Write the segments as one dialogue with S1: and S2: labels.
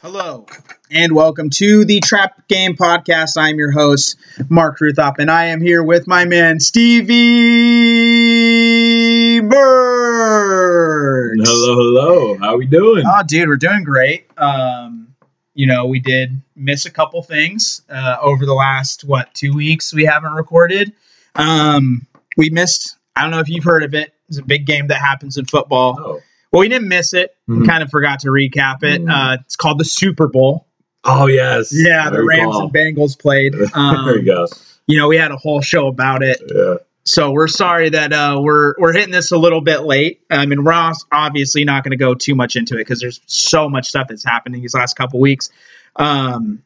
S1: Hello.
S2: and welcome to the Trap Game Podcast. I'm your host, Mark Ruthop, and I am here with my man, Stevie Bird.
S3: Hello, hello. How we doing?
S2: Oh, dude, we're doing great. Um, you know, we did miss a couple things uh, over the last, what, two weeks we haven't recorded. Um, we missed, I don't know if you've heard of it, it's a big game that happens in football.
S3: Oh,
S2: Well, we didn't miss it. We
S3: Mhm.
S2: kind of forgot to recap it.
S3: Mhm.
S2: Uh, it's called the Super Bowl.
S3: oh yes.
S2: Yeah, the
S3: Very
S2: Rams
S3: cool.
S2: and Bengals played. Um,
S3: there you go.
S2: You know, we had a whole show about it,
S3: Yeah.
S2: so we're sorry that uh, we're we're hitting this a little bit late. I mean, we're obs- obviously not going to go too much into it because there's so much stuff that's happened in these last couple weeks. Um,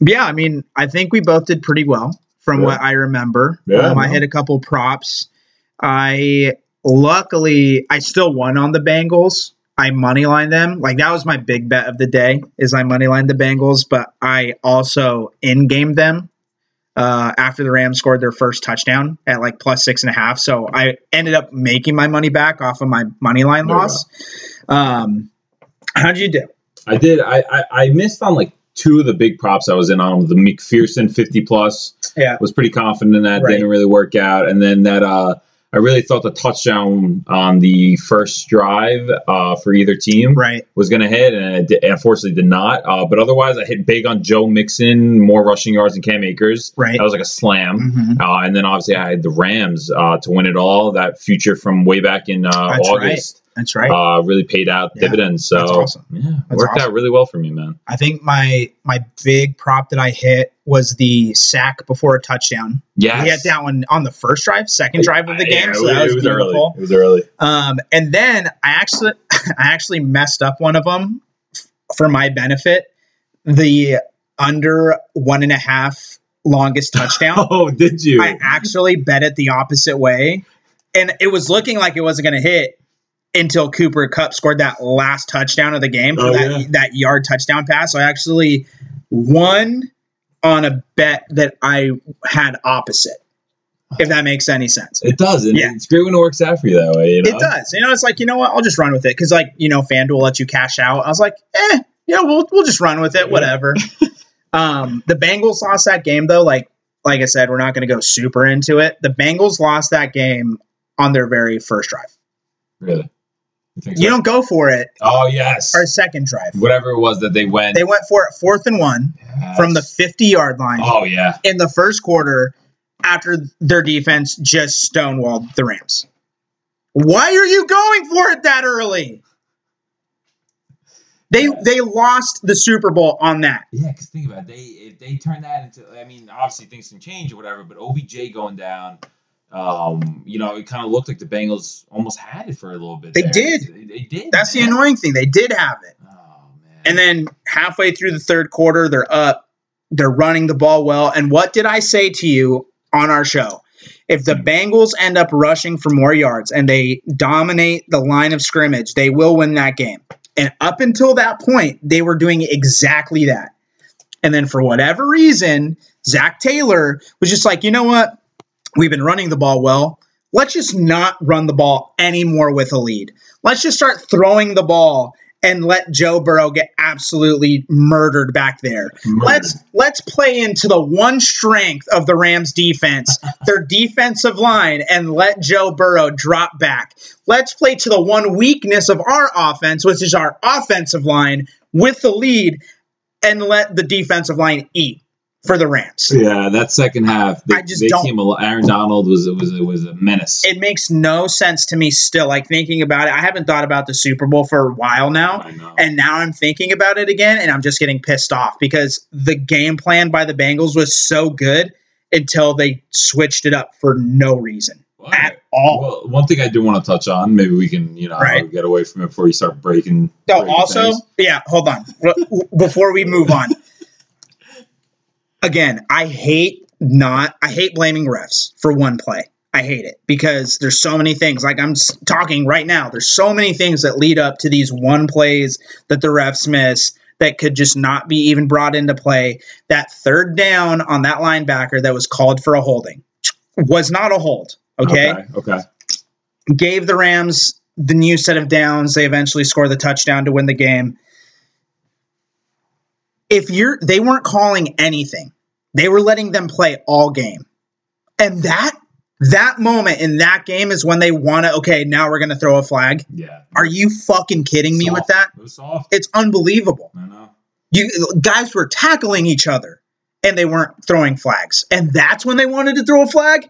S2: but yeah, I mean, I think we both did pretty well from
S3: Yeah.
S2: what I remember.
S3: Yeah,
S2: um, I
S3: no.
S2: hit a couple props. I luckily I still won on the Bengals. I moneylined them. Like that was my big bet of the day is I moneylined the Bengals, but I also in gamed them uh, after the Rams scored their first touchdown at like plus six and a half. So I ended up making my money back off of my money line
S3: There you
S2: loss. Um, how'd you do?
S3: I did. I, I I missed on like two of the big props I was in on the McPherson fifty plus.
S2: Yeah.
S3: Was pretty confident in that
S2: Right.
S3: didn't really work out, and then that uh. I really thought the touchdown on the first drive uh, for either team
S2: Right.
S3: was going to hit, and it di- unfortunately did not. Uh, but otherwise, I hit big on Joe Mixon, more rushing yards than Cam Akers.
S2: Right.
S3: That was like a slam.
S2: Mhm.
S3: Uh, and then obviously I had the Rams uh, to win it all. That future from way back in uh,
S2: That's
S3: August
S2: That's right.
S3: uh, really paid out
S2: Yeah.
S3: dividends. So
S2: That's awesome.
S3: yeah,
S2: That's
S3: worked
S2: awesome.
S3: out really well for me, man.
S2: I think my my big prop that I hit was the sack before a touchdown.
S3: Yes.
S2: We had that one on the first drive, second drive of the game.
S3: Yeah,
S2: so that was, beautiful.
S3: early. It was early.
S2: Um, and then I actually I actually messed up one of them for my benefit. The under one and a half longest touchdown.
S3: Oh, did you?
S2: I actually bet it the opposite way, and it was looking like it wasn't going to hit until Cooper Cup scored that last touchdown of the game for
S3: Oh,
S2: that
S3: yeah.
S2: that yard touchdown pass. So I actually won on a bet that I had opposite. If that makes any sense.
S3: it does. And
S2: Yeah.
S3: It's great when it works out for you that way. You know?
S2: It does. You know, it's like, you know what? I'll just run with it. Cause like, you know, FanDuel lets you cash out. I was like, eh, yeah, we'll we'll just run with it. Whatever. um, the Bengals lost that game though. Like, like I said, we're not gonna go super into it. The Bengals lost that game on their very first drive.
S3: Really. You think so?
S2: You don't go for it
S3: oh, yes.
S2: our second drive.
S3: Whatever it was that they went
S2: They went for it fourth and one
S3: Yes.
S2: from the fifty yard line
S3: Oh, yeah.
S2: in the first quarter after their defense just stonewalled the Rams. Why are you going for it that early? They they lost the Super Bowl on that.
S3: Yeah, because think about it. They if they turn that into I mean, obviously things can change or whatever, but OBJ going down, um, you know, it kind of looked like the Bengals almost had it for a little bit.
S2: They
S3: there.
S2: did.
S3: They, they did.
S2: That's the
S3: man.
S2: annoying thing. They did have it.
S3: Oh man.
S2: And then halfway through the third quarter, they're up. They're running the ball well. And what did I say to you on our show? If the Bengals end up rushing for more yards and they dominate the line of scrimmage, they will win that game. And up until that point, they were doing exactly that. And then for whatever reason, Zach Taylor was just like, you know what? We've been running the ball well. Let's just not run the ball anymore with a lead. Let's just start throwing the ball and let Joe Burrow get absolutely murdered back there.
S3: Murdered.
S2: Let's let's play into the one strength of the Rams defense, their defensive line, and let Joe Burrow drop back. Let's play to the one weakness of our offense, which is our offensive line with the lead, and let the defensive line eat for the Rams.
S3: yeah, that second half, they,
S2: I just
S3: they
S2: don't-
S3: came. al- Aaron Donald was was was a menace.
S2: It makes no sense to me still, like thinking about it. I haven't thought about the Super Bowl for a while now.
S3: I know.
S2: And now I'm thinking about it again, and I'm just getting pissed off because the game plan by the Bengals was so good until they switched it up for no reason
S3: But-
S2: at all.
S3: well, one thing I do want to touch on, maybe we can, you know,
S2: Right.
S3: get away from it before you start breaking.
S2: So
S3: breaking
S2: also,
S3: things.
S2: yeah, hold on. W- w- Before we move on, again, I hate not. I hate blaming refs for one play. I hate it because there's so many things. Like I'm s- talking right now, there's so many things that lead up to these one plays that the refs miss that could just not be even brought into play. That third down on that linebacker that was called for a holding was not a hold. okay
S3: okay, okay.
S2: gave the Rams the new set of downs. They eventually score the touchdown to win the game. if you're they weren't calling anything. They were letting them play all game. And that that moment in that game is when they want to okay, now we're going to throw a flag.
S3: Yeah.
S2: Are you fucking kidding me
S3: Soft.
S2: with that?
S3: It was soft.
S2: It's unbelievable.
S3: I know.
S2: You guys were tackling each other and they weren't throwing flags. And that's when they wanted to throw a flag?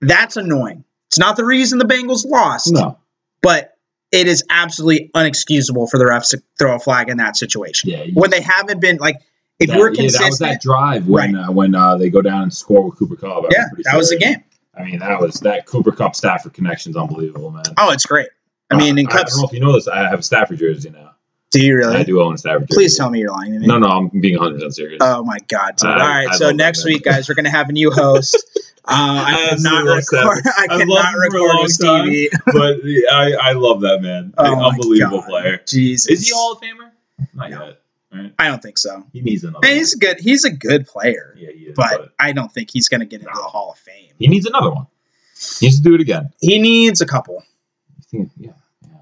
S2: That's annoying. It's not the reason the Bengals lost,
S3: No.
S2: but it is absolutely unexcusable for the refs to throw a flag in that situation.
S3: Yeah. you-
S2: When they haven't been like if
S3: that,
S2: we're
S3: yeah, that was
S2: consistent,
S3: that drive when uh, when uh, they go down and score with Cooper Cup. I'm
S2: yeah,
S3: pretty
S2: that was the
S3: sure.
S2: game.
S3: I mean, that was that Cooper Cup Stafford connection's unbelievable, man.
S2: Oh, it's great. I mean, in
S3: Uh, I, don't
S2: cups,
S3: know if you know this. I have a Stafford jersey now.
S2: do you
S3: I
S2: really?
S3: do own a Stafford.
S2: Please
S3: jersey.
S2: tell me you're lying to me.
S3: No, no, I'm being 100 percent serious.
S2: Oh my god! dude.
S3: I-
S2: All right,
S3: I
S2: so
S3: love that
S2: next
S3: man.
S2: week, guys, we're gonna have a new host. Uh, I
S3: I
S2: cannot
S3: absolutely love
S2: record. I cannot
S3: I've loved him for a
S2: record
S3: long
S2: with Stevie.
S3: but the- I I love that man.
S2: Oh my
S3: unbelievable
S2: God.
S3: player.
S2: Jesus,
S3: Is he a Hall of Famer? Not
S2: No.
S3: yet. Right?
S2: I don't think so.
S3: He needs another.
S2: And
S3: one.
S2: he's a good. He's a good player,
S3: Yeah, he is.
S2: but,
S3: but
S2: I don't think he's gonna get into
S3: No.
S2: the Hall of Fame.
S3: he needs another one. He needs to do it again.
S2: He needs a couple.
S3: I think- Yeah, yeah,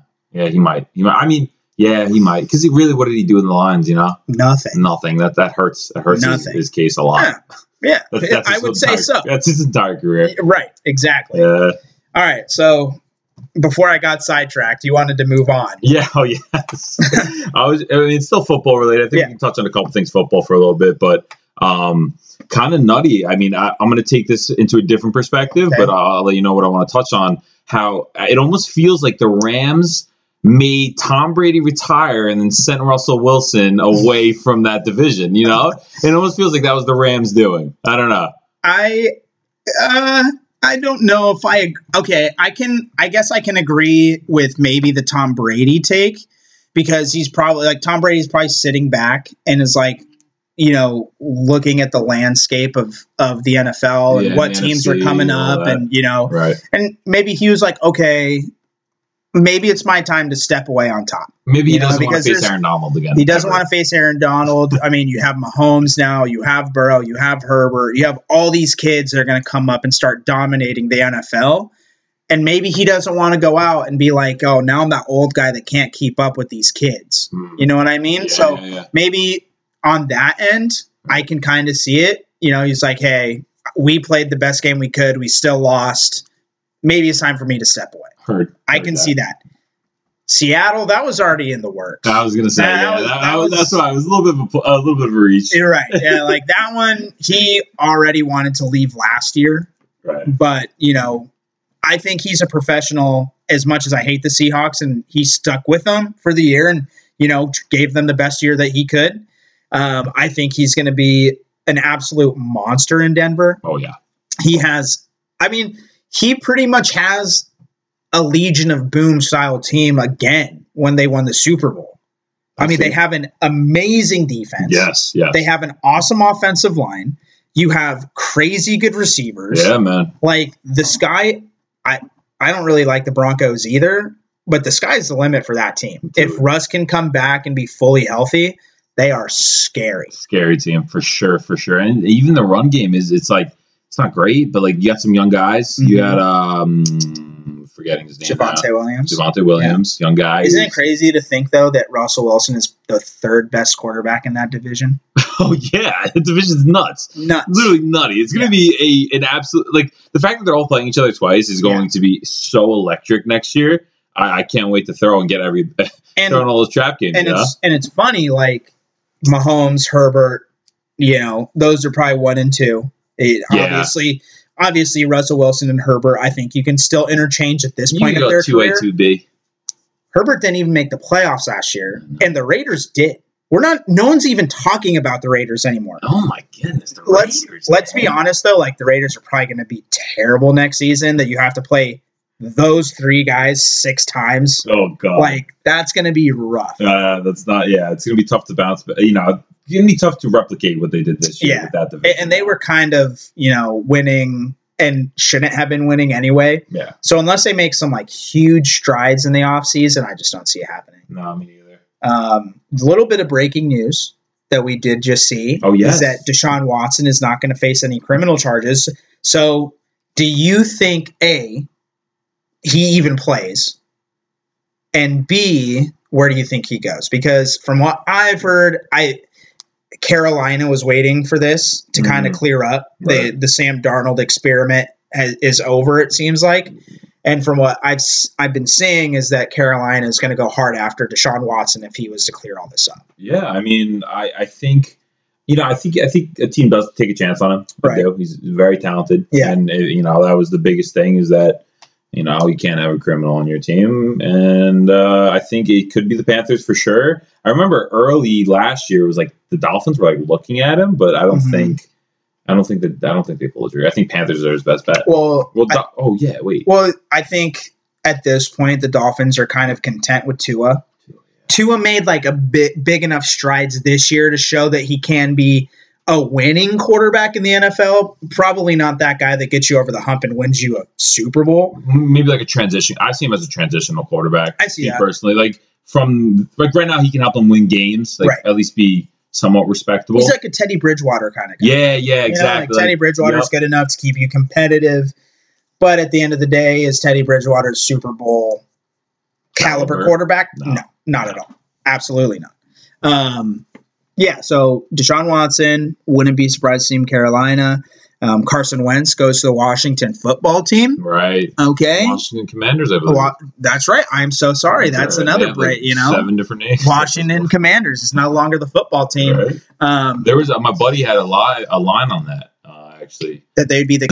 S3: yeah. He might. He might. I mean, yeah, he might. Because he really, what did he do in the lines? You know,
S2: Nothing.
S3: nothing. That that hurts. That hurts his,
S2: Nothing.
S3: his case a lot.
S2: Yeah, Yeah,
S3: That- that's
S2: I
S3: his
S2: would say
S3: entire-
S2: so.
S3: That's his entire career. Uh,
S2: Right. Exactly.
S3: Yeah.
S2: All right. So before I got sidetracked, you wanted to move on.
S3: Yeah. Oh, yes. I was. I mean, it's still football related. I think
S2: Yeah.
S3: we can touch on a couple things football for a little bit, but um, kind of nutty. I mean, I, I'm going to take this into a different perspective,
S2: Okay.
S3: but I'll, I'll let you know what I want to touch on. How it almost feels like the Rams made Tom Brady retire and then sent Russell Wilson away from that division. You know, it almost feels like that was the Rams doing. I don't know.
S2: I uh I don't know if I ag- okay, I can I guess I can agree with maybe the Tom Brady take because he's probably like Tom Brady's probably sitting back and is like you know looking at the landscape of of the NFL
S3: Yeah,
S2: and what
S3: the
S2: teams
S3: NFC
S2: are coming
S3: and all
S2: up
S3: that.
S2: and you know
S3: Right.
S2: and maybe he was like okay maybe it's my time to step away on top.
S3: Maybe he
S2: You know,
S3: doesn't want
S2: because
S3: to face
S2: there's-
S3: Aaron Donald again.
S2: He doesn't
S3: ever.
S2: want to face Aaron Donald. I mean, you have Mahomes now, you have Burrow, you have Herbert, you have all these kids that are going to come up and start dominating the NFL. And maybe he doesn't want to go out and be like, oh, now I'm that old guy that can't keep up with these kids.
S3: Hmm.
S2: You know what I mean?
S3: Yeah,
S2: so
S3: yeah, yeah.
S2: maybe on that end, I can kind of see it. You know, he's like, hey, we played the best game we could, we still lost. Maybe it's time for me to step away.
S3: Heard-
S2: I
S3: heard
S2: can
S3: that.
S2: see that. Seattle, that was already in the works.
S3: I was gonna say,
S2: That
S3: yeah,
S2: was-
S3: that,
S2: that
S3: was,
S2: was-
S3: that's why I was a little bit of a, a little bit of a reach.
S2: You're right. Yeah, like that one, he already wanted to leave last year,
S3: Right.
S2: but you know, I think he's a professional. As much as I hate the Seahawks, and he stuck with them for the year, and you know, gave them the best year that he could. Um, I think he's going to be an absolute monster in Denver.
S3: Oh yeah.
S2: He has, I mean, he pretty much has a Legion of Boom style team again when they won the Super Bowl. I mean, they have an amazing defense.
S3: Yes. Yes.
S2: They have an awesome offensive line. You have crazy good receivers.
S3: yeah, man.
S2: Like the sky, I I don't really like the Broncos either, but the sky's the limit for that team.
S3: Dude.
S2: If Russ can come back and be fully healthy, they are scary.
S3: Scary team for sure, for sure. And even the run game is it's like it's not great, but like you got some young guys. You
S2: Mhm.
S3: had um forgetting his name.
S2: Javante Williams.
S3: Javante Williams, young guy.
S2: Isn't it crazy to think though that Russell Wilson is the third best quarterback in that division?
S3: Oh yeah, the division's nuts.
S2: Nuts.
S3: Literally nutty. It's going to be a an absolute like the fact that they're all playing each other twice is going to be so electric next year. I, I can't wait to throw and get every
S2: And
S3: throw in all those trap games.
S2: and
S3: yeah?
S2: it's and it's funny like Mahomes, Herbert, you know, those are probably one and two. It,
S3: Yeah.
S2: Obviously, obviously Russell Wilson and Herbert. I think you can still interchange at this
S3: You
S2: point
S3: can
S2: of
S3: go
S2: their
S3: two
S2: career.
S3: A, two B.
S2: Herbert didn't even make the playoffs last year,
S3: No.
S2: and the Raiders did. We're not. No one's even talking about the Raiders anymore.
S3: Oh my goodness, the
S2: Let's-
S3: Raiders.
S2: Let's be
S3: man.
S2: honest though. Like the Raiders are probably going to be terrible next season. That you have to play those three guys six times.
S3: Oh god,
S2: Like that's going to be rough.
S3: uh, that's not. Yeah, it's gonna be tough to bounce. But you know, it's gonna be tough to replicate what they did this year
S2: Yeah.
S3: with that
S2: A-
S3: division.
S2: and they were kind of you know winning and shouldn't have been winning anyway
S3: Yeah.
S2: so unless they make some like huge strides in the offseason i just don't see it happening
S3: No, me neither.
S2: um, a little bit of breaking news that we did just see
S3: Oh, yes.
S2: is that deshaun watson is not going to face any criminal charges so do you think a he even plays and b where do you think he goes because from what i've heard i Carolina was waiting for this to
S3: Mhm.
S2: kind of clear up. The
S3: Right.
S2: the Sam Darnold experiment has, is over. It seems like, and from what I've s- I've been seeing is that Carolina is going to go hard after Deshaun Watson if he was to clear all this up.
S3: Yeah, I mean, I, I think, you know, I think I think a team does take a chance on him. They
S2: Right.
S3: do. He's very talented.
S2: Yeah.
S3: and uh, you know that was the biggest thing is that you know you can't have a criminal on your team, and uh, I think it could be the Panthers for sure. I remember early last year it was like the Dolphins were like looking at him, but I don't
S2: Mhm.
S3: think, I don't think that I don't think they pulled the trigger. I think Panthers are his best bet.
S2: Well,
S3: Well,
S2: I-
S3: Do- oh yeah, wait.
S2: well, I think at this point the Dolphins are kind of content with Tua. Tua made like a bit big enough strides this year to show that he can be a winning quarterback in the NFL. Probably not that guy that gets you over the hump and wins you a Super Bowl.
S3: maybe like a transition. I see him as a transitional quarterback.
S2: I see
S3: me
S2: that.
S3: personally. Like from like right now, he can help them win games. Like
S2: Right.
S3: at least be somewhat respectable.
S2: He's like a Teddy Bridgewater kind of guy.
S3: yeah, yeah,
S2: You know, like
S3: exactly.
S2: Teddy
S3: Like,
S2: Bridgewater's
S3: yep.
S2: good enough to keep you competitive, but at the end of the day, is Teddy Bridgewater's Super Bowl caliber,
S3: Caliber?
S2: quarterback?
S3: No.
S2: No, not at all. Absolutely not. Um, yeah, so Deshaun Watson wouldn't be surprised to see him in Carolina. Um, Carson Wentz goes to the Washington football team.
S3: right.
S2: Okay,
S3: Washington Commanders. I believe.
S2: Wa- that's right. I'm so sorry. That's
S3: Right. They
S2: another
S3: have, like,
S2: break. You know,
S3: seven different names.
S2: Washington Commanders is no longer the football team.
S3: Right.
S2: Um,
S3: There was a, my buddy had a lie a line on that uh, actually.
S2: that they'd be the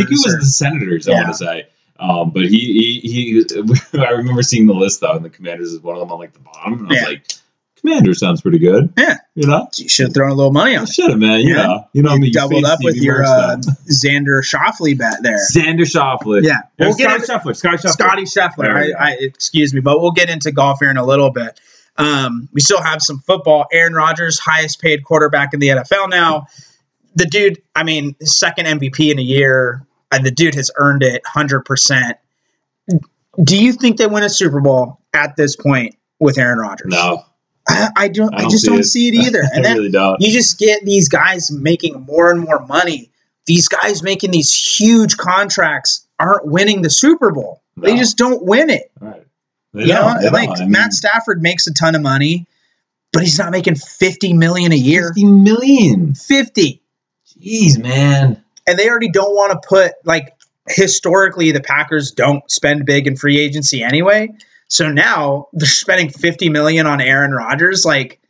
S3: I think it was the Senators. I
S2: Yeah.
S3: want to say. Um, but he, he, he I remember seeing the list though, and the Commanders is one of them on like the bottom. And I was
S2: Yeah.
S3: like, Commander sounds pretty good.
S2: Yeah.
S3: you know,
S2: you should have thrown a little money on it.
S3: Should have, man. You
S2: Yeah.
S3: know, you know
S2: You
S3: me. You
S2: doubled
S3: face
S2: up with
S3: TV
S2: your
S3: merch
S2: uh,
S3: stuff.
S2: Xander Shoffley bet there.
S3: Xander Shoffley.
S2: Yeah,
S3: Yeah,
S2: we'll get
S3: Scotty
S2: into
S3: Scheffler. Scotty Scheffler.
S2: Scotty Scheffler.
S3: There we
S2: I,
S3: go.
S2: I, excuse me, but we'll get into golf here in a little bit. Um, we still have some football. Aaron Rodgers, highest paid quarterback in the NFL now. The dude, I mean, second MVP in a year. And the dude has earned it 100%. Do you think they win a Super Bowl at this point with Aaron Rodgers?
S3: No,
S2: I, I don't.
S3: I
S2: I,
S3: don't
S2: just
S3: see
S2: don't
S3: it.
S2: see it either.
S3: I
S2: And then
S3: really don't.
S2: you just get these guys making more and more money. These guys making these huge contracts aren't winning the Super Bowl. They
S3: No.
S2: just don't win it.
S3: Right. They
S2: You know,
S3: don't, they
S2: like
S3: don't. I mean,
S2: Matt Stafford makes a ton of money, but he's not making fifty million a year.
S3: fifty million.
S2: Fifty,
S3: Jeez, man.
S2: and they already don't want to put like historically the Packers don't spend big in free agency anyway. So now they're spending fifty million on Aaron Rodgers. Like,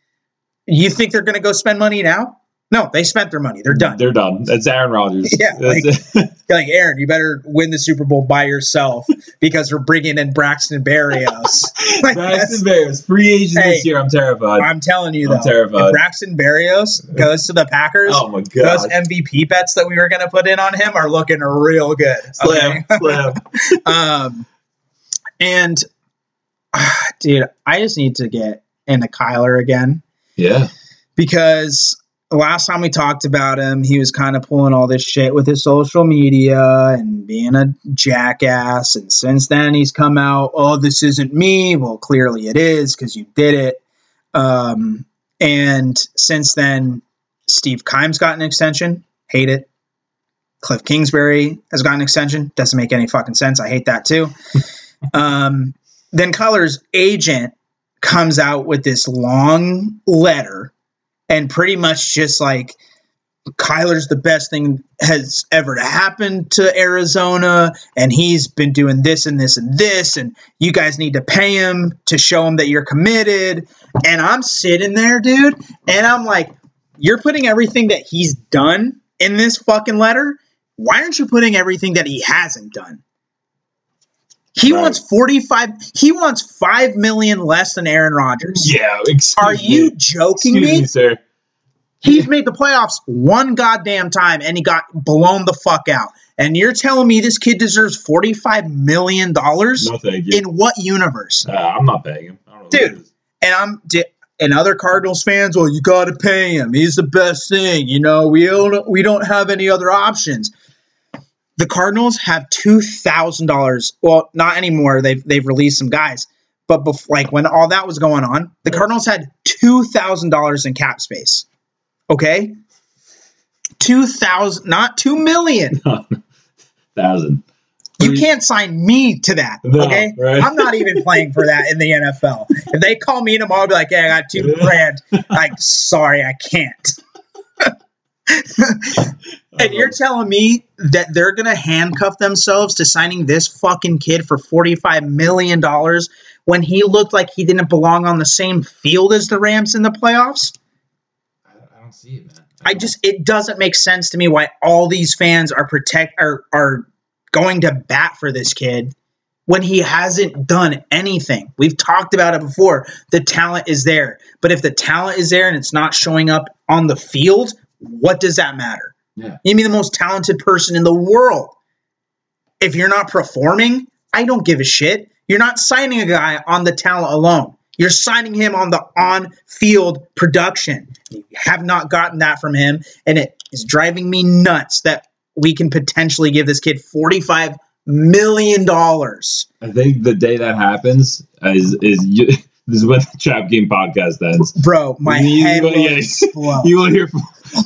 S2: you think they're going to go spend money now? No, they spent their money. They're done.
S3: They're done. That's Aaron Rodgers.
S2: Yeah,
S3: That's it.
S2: like Aaron, you better win the Super Bowl by yourself because we're bringing in Braxton Berrios. Like, that's-
S3: Braxton Bears free agent this
S2: Hey.
S3: year. I'm terrified.
S2: I'm telling you
S3: I'm
S2: though,
S3: terrified.
S2: if Braxton Berrios goes to the Packers,
S3: oh my
S2: those
S3: god.
S2: MVP bets that we were going to put in on him are looking real good.
S3: Slam, slam.
S2: Okay? um, and ah, dude, I just need to get into Kyler again
S3: Yeah.
S2: because last time we talked about him, he was kind of pulling all this shit with his social media and being a jackass. And since then, he's come out, oh, this isn't me. Well, clearly it is because you did it. Um, and since then, Steve Kimes got an extension. Hate it. Cliff Kingsbury has got an extension. Doesn't make any fucking sense. I hate that too. um, then Kyler's agent comes out with this long letter and pretty much just like Kyler's the best thing has ever to happen to Arizona, and he's been doing this and this and this, and you guys need to pay him to show him that you're committed. And I'm sitting there, dude, and I'm like, you're putting everything that he's done in this fucking letter. Why aren't you putting everything that he hasn't done? He
S3: Right.
S2: wants 45 he wants 5 million less than Aaron Rodgers.
S3: Yeah. Excuse
S2: Are you
S3: me.
S2: joking
S3: Excuse
S2: me?
S3: me, sir?
S2: He's made the playoffs one goddamn time and he got blown the fuck out. And you're telling me this kid deserves $45 million?
S3: No, thank you.
S2: In what universe?
S3: Uh, I'm not paying him. I don't know who
S2: Dude.
S3: it is.
S2: And I'm di- and other Cardinals fans, well, you got to pay him. He's the best thing. You know, we don't we don't have any other options. The Cardinals have $2,000. Well, not anymore. They've they've released some guys. But bef- like when all that was going on, the Cardinals had $2,000 in cap space. Okay? 2000 not 2 million
S3: Thousand.
S2: You can't sign me to that.
S3: No,
S2: okay,
S3: right.
S2: I'm not even playing for that in the NFL. If they call me tomorrow, I'll be like, "Hey, I got two grand." Like, sorry, I can't. And you're telling me that they're gonna handcuff themselves to signing this fucking kid for 45 million dollars when he looked like he didn't belong on the same field as the Rams in the playoffs?
S3: I, I don't see it, man.
S2: I just it doesn't make sense to me why all these fans are protect are are going to bat for this kid when he hasn't done anything. We've talked about it before. The talent is there, but if the talent is there and it's not showing up on the field, what does that matter?
S3: Yeah.
S2: You mean the most talented person in the world? If you're not performing, I don't give a shit. You're not signing a guy on the talent alone. You're signing him on the on field production. You have not gotten that from him, and it is driving me nuts that we can potentially give this kid $45 million.
S3: I think the day that happens is is you, this is when the Trap Game podcast ends.
S2: Bro, my
S3: You-
S2: head will
S3: yeah.
S2: explode.
S3: You will hear. From,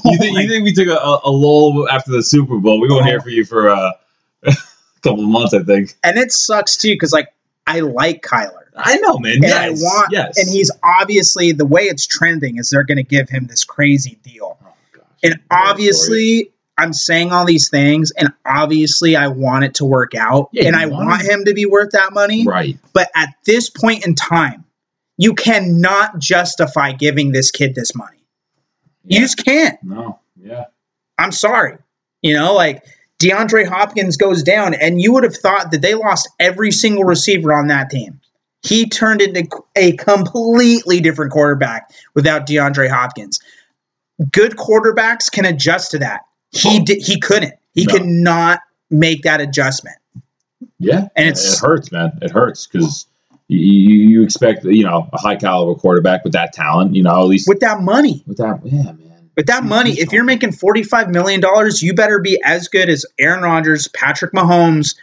S3: you, think, you think we took a, a, a lull after the Super Bowl? We won't hear from you for uh, a couple of months, I think.
S2: and it sucks too, because like I like Kyler.
S3: I know, man.
S2: and
S3: yes,
S2: I want.
S3: yes.
S2: And he's obviously the way it's trending is they're going to give him this crazy deal.
S3: Oh, gosh.
S2: And
S3: Sorry.
S2: obviously, I'm saying all these things, and obviously, I want it to work out,
S3: Yeah,
S2: and
S3: you
S2: I
S3: want
S2: want
S3: him-
S2: him to be worth that money.
S3: right?
S2: But at this point in time, you cannot justify giving this kid this money. You
S3: Yeah.
S2: just can't.
S3: No, yeah,
S2: I'm sorry. You know, like DeAndre Hopkins goes down, and you would have thought that they lost every single receiver on that team. He turned into a completely different quarterback without DeAndre Hopkins. Good quarterbacks can adjust to that. He di- he couldn't. He
S3: Oh. No.
S2: could not make that adjustment.
S3: yeah.
S2: And it's-
S3: it hurts, man. It hurts because you, you expect you know a high caliber quarterback with that talent. You know, at least
S2: With that money,
S3: with that, yeah, man.
S2: with that
S3: Mhm.
S2: money, if you're making $45 million, you better be as good as Aaron Rodgers, Patrick Mahomes.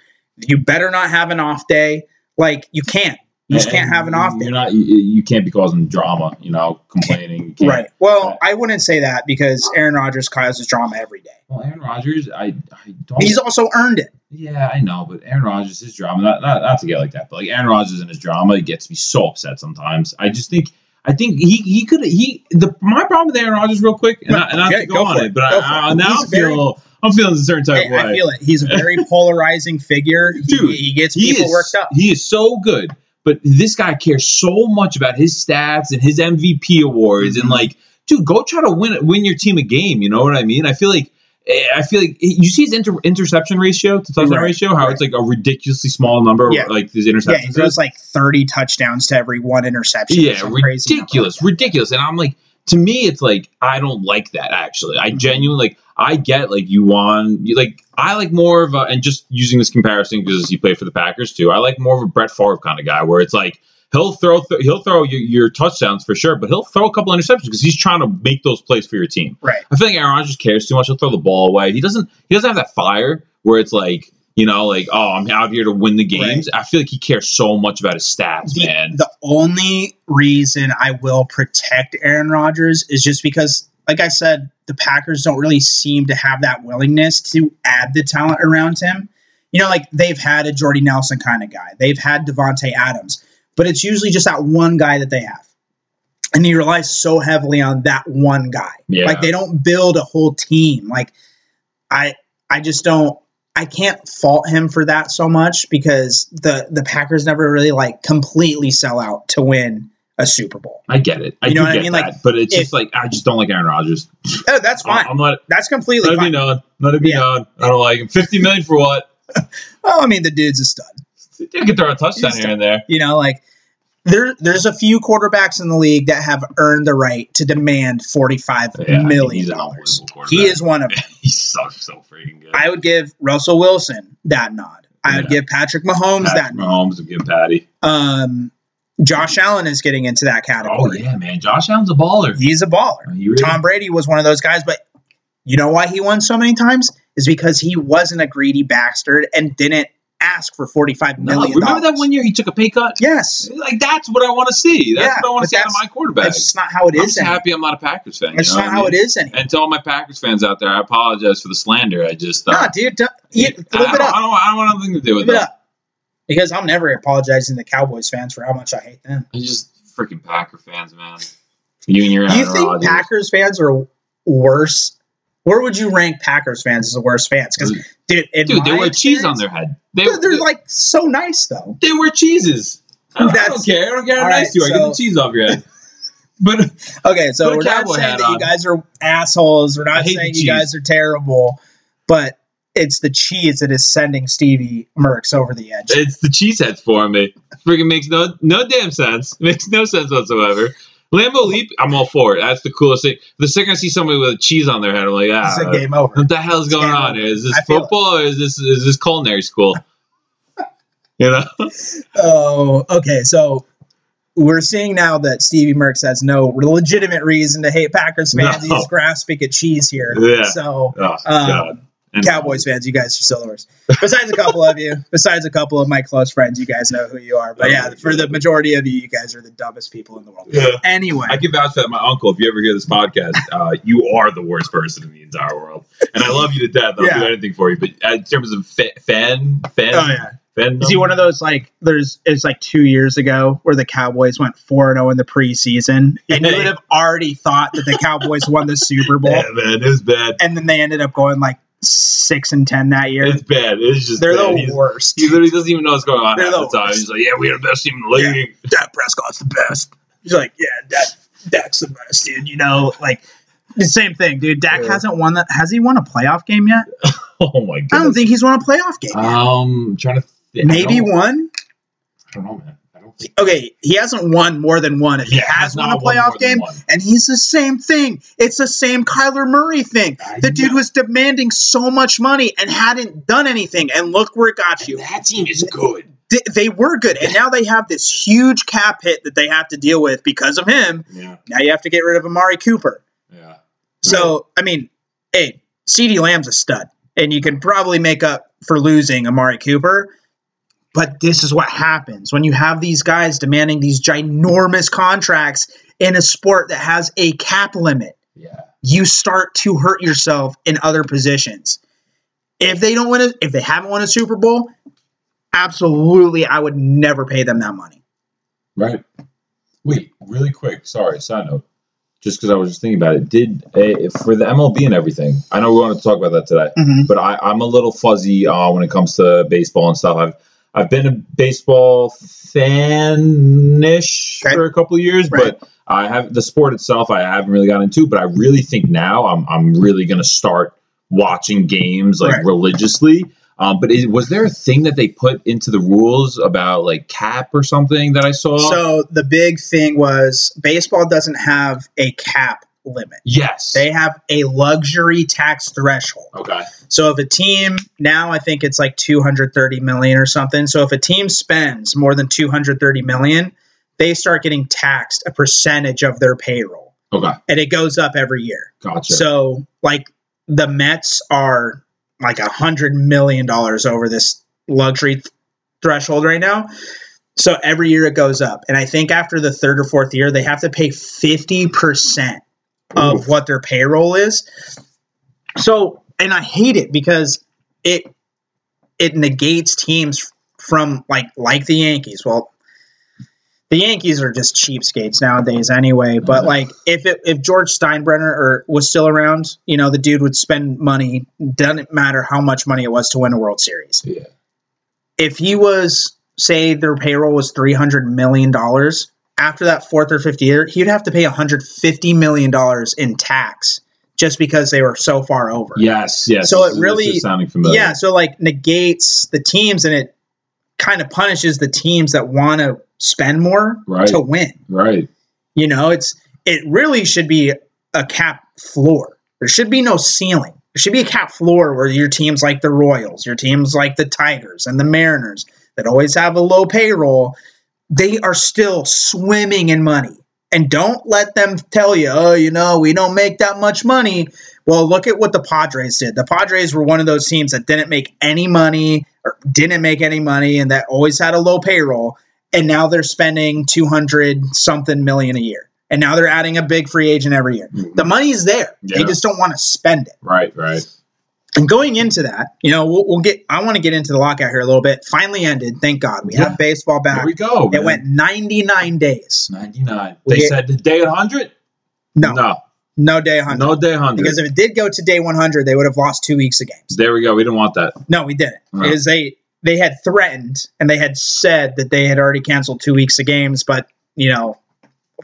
S2: You better not have an off day. Like, you can't. You just
S3: And-
S2: can't
S3: and
S2: have an off day.
S3: You're not. You, you can't be causing drama. You know, complaining. You can't-
S2: Right. Well,
S3: Right.
S2: I wouldn't say that because Aaron Rodgers causes drama every day.
S3: Well, Aaron Rodgers, I, I don't.
S2: He's also earned it.
S3: yeah, I know, but Aaron Rodgers, his drama, not, not not to get like that, but like Aaron Rodgers and his drama, it gets me so upset sometimes. I just think, I think he he could he the my problem with Aaron Rodgers, real quick, and, I, and not
S2: Yeah,
S3: to
S2: go
S3: go on
S2: for
S3: it,
S2: it.
S3: but
S2: Go for it.
S3: I, I, now
S2: He's
S3: I feel I'm feeling a certain type of way.
S2: I, I feel it. He's a very polarizing figure. He,
S3: Dude,
S2: he gets
S3: he
S2: people
S3: is,
S2: worked up.
S3: He is so good, but this guy cares so much about his stats and his MVP awards, and
S2: Mhm.
S3: like, dude, go try to win win your team a game. You know what I mean? I feel like. eh, I feel like you see his inter- interception ratio to touchdown
S2: Right,
S3: ratio, how
S2: right.
S3: it's like a ridiculously small number,
S2: Yeah.
S3: like these
S2: Yeah, he
S3: interceptions.
S2: throws
S3: is.
S2: like 30 touchdowns to every one interception. or
S3: yeah,
S2: some crazy number
S3: ridiculous,
S2: like
S3: ridiculous. And I'm like, to me, it's like I don't like that. Actually, I
S2: Mhm.
S3: genuinely like. I get like you on you like I like more of a and just using this comparison because he played for the Packers too. I like more of a Brett Favre kind of guy where it's like he'll throw th- he'll throw your, your touchdowns for sure, but he'll throw a couple interceptions because he's trying to make those plays for your team.
S2: that. Right.
S3: I feel like Aaron Rodgers cares too much. He'll throw the ball away. He doesn't. He doesn't have that fire where it's like you know like oh I'm out here to win the games. I feel like he cares so much about his stats,
S2: The,
S3: man.
S2: the only reason I will protect Aaron Rodgers is just because, like I said, the Packers don't really seem to have that willingness to add the talent around him. You know, like they've had a Jordy Nelson kind of guy, they've had Devontae Adams, but it's usually just that one guy that they have. And he relies so heavily on that one guy.
S3: Yeah.
S2: Like they don't build a whole team. Like I I just don't I can't fault him for that so much because the the Packers never really like completely sell out to win a Super Bowl.
S3: I get it. I
S2: You know
S3: do
S2: what I
S3: get
S2: mean?
S3: that,
S2: Like,
S3: but it's
S2: if-
S3: just like I just don't like Aaron Rodgers.
S2: Oh, that's fine.
S3: I- I'm not.
S2: that's completely
S3: Let it be
S2: fine.
S3: known. Let it be
S2: Yeah.
S3: known. I don't like him. Fifty million for what?
S2: Well, I mean, the dude's a stud.
S3: You can throw a touchdown
S2: He's
S3: here and there.
S2: You know, like there there's a few quarterbacks in the league that have earned the right to demand forty five
S3: Yeah, I
S2: million
S3: mean, he's an
S2: dollars.
S3: unbelievable
S2: He
S3: quarterback.
S2: is one of them.
S3: He sucks so freaking good.
S2: I would give Russell Wilson that nod. I would
S3: Yeah.
S2: give Patrick Mahomes
S3: Patrick
S2: that nod.
S3: Mahomes would give Patty.
S2: Um, Josh Allen is getting into that
S3: Oh
S2: category.
S3: yeah, man. Josh Allen's a baller.
S2: He's a baller.
S3: He really-
S2: Tom Brady was one of those guys, but you know why he won so many times? Is because he wasn't a greedy bastard and didn't ask for $45
S3: No,
S2: million.
S3: remember that one year he took a pay cut?
S2: Yes.
S3: Like that's what I want to see. That's
S2: Yeah,
S3: what I want
S2: but
S3: to see out of
S2: that's-
S3: my quarterback.
S2: That's just not how it
S3: I'm
S2: is.
S3: just
S2: anymore.
S3: happy I'm not a Packers fan.
S2: That's
S3: you
S2: just
S3: know
S2: not
S3: what I
S2: how
S3: mean?
S2: it is anymore.
S3: And to all my Packers fans out there, I apologize for the slander. I just uh,
S2: Nah, dude, don't, you,
S3: I,
S2: look it
S3: don't, I
S2: up.
S3: don't. I don't want anything to do with
S2: Look it
S3: that.
S2: up. Because I'm never apologizing to Cowboys fans for how much I hate them.
S3: I just freaking Packer fans, man. You and your
S2: Do you
S3: Aaron
S2: think
S3: Rodgers.
S2: Packers fans are worse? Where would you rank Packers fans as the worst fans? Because dude, in
S3: Dude, they
S2: my
S3: wear cheese on
S2: experience-
S3: their head. They,
S2: Dude,
S3: they-
S2: they're like so nice though.
S3: they wear cheeses. I don't, I
S2: That's-
S3: don't care. I don't care how
S2: All
S3: nice
S2: right,
S3: you are. Get
S2: so-
S3: the cheese off your head. But
S2: Okay, so
S3: Put a
S2: we're not
S3: cowboy
S2: saying
S3: hat
S2: that you
S3: on.
S2: guys are assholes. We're
S3: I
S2: not
S3: hate
S2: saying
S3: the
S2: you guys are terrible, but it's the cheese that is sending Stevie Merckx over the edge.
S3: it's the cheese heads for me. Freaking makes no no damn sense. Makes no sense whatsoever. Lambo leap, I'm all for it. That's the coolest thing. The second I see somebody with a cheese on their head, I'm like,
S2: It's a
S3: ah,
S2: game over.
S3: what the hell's going
S2: game
S3: on?
S2: over.
S3: Here? Is this
S2: I feel it.
S3: football or is this is this culinary school? you know,
S2: Oh, okay. So we're seeing now that Stevie Merckx has no legitimate reason to hate Packers fans.
S3: No.
S2: He's grasping at cheese here.
S3: Yeah.
S2: So
S3: oh, God.
S2: um,
S3: And-
S2: Cowboys fans, you guys are still the worst. Besides a couple of you, besides a couple of my close friends, you guys know who you are. But yeah, for the majority of you, you guys are the dumbest people in the world.
S3: Yeah.
S2: Anyway,
S3: I can vouch for that. My uncle, if you ever hear this podcast, uh, you are the worst person in the entire world, and I love you to death. I'll
S2: Yeah.
S3: do anything for you, but uh, in terms of fa- fan, fan,
S2: oh yeah.
S3: fan,
S2: Is he one of those like there's it's like two years ago where the Cowboys went four and zero in the preseason, and you
S3: Yeah.
S2: would have already thought that the Cowboys won the Super Bowl.
S3: yeah, man, it was bad.
S2: and then they ended up going like six and ten that year.
S3: It's bad. It's just
S2: They're
S3: bad.
S2: the
S3: He's-
S2: worst.
S3: He literally doesn't even know what's going on
S2: They're
S3: half
S2: the
S3: the time.
S2: worst.
S3: He's like, "Yeah, we are the best team in the league."
S2: Dak Prescott's the best. He's like, yeah, Dak, Dak's the best, dude. You know, like the same thing, dude. Dak
S3: Yeah.
S2: hasn't won that. Has he won a playoff game yet?
S3: Oh my
S2: I don't
S3: god.
S2: think he's won a playoff game. yet.
S3: Um, trying to think. I
S2: Maybe
S3: don't,
S2: one.
S3: I don't know, man. I don't think
S2: Okay, he hasn't won more than one. If
S3: Yeah,
S2: he has
S3: has
S2: won a
S3: not won
S2: playoff
S3: more than
S2: game,
S3: one.
S2: and he's the same thing. It's the same Kyler Murray thing.
S3: I
S2: The dude
S3: know.
S2: was demanding so much money and hadn't done anything, and look where it got you.
S3: that team is good.
S2: they, they were good, and now they have this huge cap hit that they have to deal with because of him.
S3: Yeah,
S2: Now you have to get rid of Amari Cooper.
S3: yeah.
S2: So I mean, hey, C.D. Lamb's a stud, and you can probably make up for losing Amari Cooper. But this is what happens when you have these guys demanding these ginormous contracts in a sport that has a cap limit
S3: Yeah.
S2: you start to hurt yourself in other positions. If they don't win, a, if they haven't won a Super Bowl, absolutely, I would never pay them that money.
S3: Right. Wait, really quick. Sorry, side note. Just because I was just thinking about it, did uh, for the MLB and everything. I know we wanted to talk about that today, but I, I'm a little fuzzy uh, when it comes to baseball and stuff. I've I've been a baseball fan-ish
S2: Okay.
S3: for a couple of years,
S2: Right.
S3: but I have the sport itself. I haven't really gotten into, but I really think now I'm I'm really going to start watching games like
S2: Right.
S3: religiously. Um, but is, was there a thing that they put into the rules about like cap or something that I saw?
S2: So the big thing was baseball doesn't have a cap limit.
S3: Yes.
S2: They have a luxury tax threshold.
S3: okay.
S2: So if a team now I think it's like 230 million or something. So if a team spends more than 230 million, they start getting taxed a percentage of their payroll.
S3: Okay.
S2: And it goes up every year.
S3: Gotcha.
S2: So like the Mets are like a hundred million dollars over this luxury th- threshold right now. So every year it goes up, and I think after the third or fourth year they have to pay fifty percent of
S3: Oof.
S2: what their payroll is. So and I hate it because it it negates teams from like like the Yankees. Well, the Yankees are just cheapskates nowadays anyway. But
S3: Yeah.
S2: like if it, if George Steinbrenner or was still around, you know, the dude would spend money. Doesn't matter how much money it was to win a World Series.
S3: yeah.
S2: If he was say their payroll was three hundred million dollars after that fourth or fifth year, he'd have to pay one hundred fifty million dollars in tax just because they were so far over.
S3: Yes. Yes.
S2: So it
S3: This is-
S2: really-
S3: this is sounding familiar.
S2: Yeah, so like negates the teams and it kind of punishes the teams that want to spend more
S3: Right.
S2: to win.
S3: Right.
S2: You know, it's it really should be a cap floor. There should be no ceiling. There should be a cap floor where your teams like the Royals, your teams like the Tigers and the Mariners that always have a low payroll, they are still swimming in money. And don't let them tell you, oh, you know, we don't make that much money. Well, look at what the Padres did. The Padres were one of those teams that didn't make any money or didn't make any money and that always had a low payroll. And now they're spending 200 something million a year. And now they're adding a big free agent every year. The money's there. They
S3: Yeah.
S2: just don't want to spend it.
S3: Right, right.
S2: And going into that, you know, we'll, we'll get, I want to get into the lockout here a little bit. Finally ended. Thank God. We
S3: Yeah.
S2: have baseball
S3: There
S2: back.
S3: we go.
S2: It went 99 days.
S3: 99.
S2: We
S3: They
S2: get-
S3: said the day 100?
S2: No, no,
S3: No,
S2: day 100.
S3: no day 100.
S2: Because if it did go to day 100, they would have lost two weeks of games.
S3: there we go. We didn't want that.
S2: No, we didn't.
S3: No.
S2: Because they they had threatened and they had said that they had already canceled two weeks of games, but you know,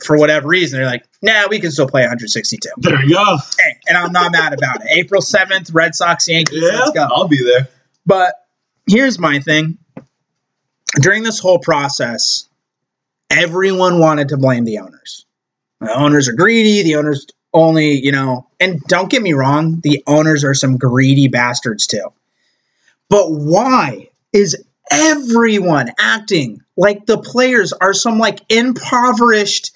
S2: for whatever reason, they're like, nah, we can still play 162.
S3: There we go.
S2: Hey, and I'm not mad about it. April 7th, Red Sox, Yankees,
S3: Yeah,
S2: let's go.
S3: I'll be there.
S2: But here's my thing. During this whole process, everyone wanted to blame the owners. The owners are greedy. The owners only, you know, and don't get me wrong, the owners are some greedy bastards too. But why is everyone acting like the players are some like impoverished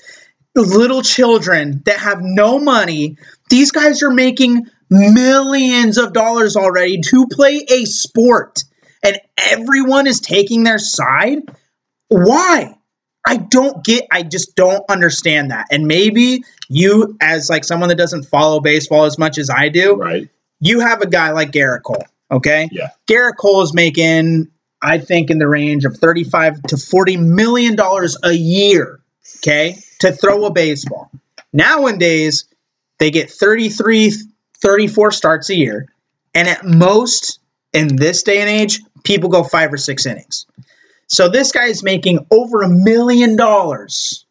S2: little children that have no money? These guys are making millions of dollars already to play a sport, and everyone is taking their side. Why? I don't get I just don't understand that. And maybe you as like someone that doesn't follow baseball as much as I do,
S3: Right.
S2: you have a guy like Garrett Cole, okay?
S3: Yeah.
S2: Garrett Cole is making, I think, in the range of 35 to 40 million dollars a year, okay, to throw a baseball. Nowadays, they get 33, 34 starts a year, and at most, in this day and age, people go five or six innings. So this guy is making over a million dollars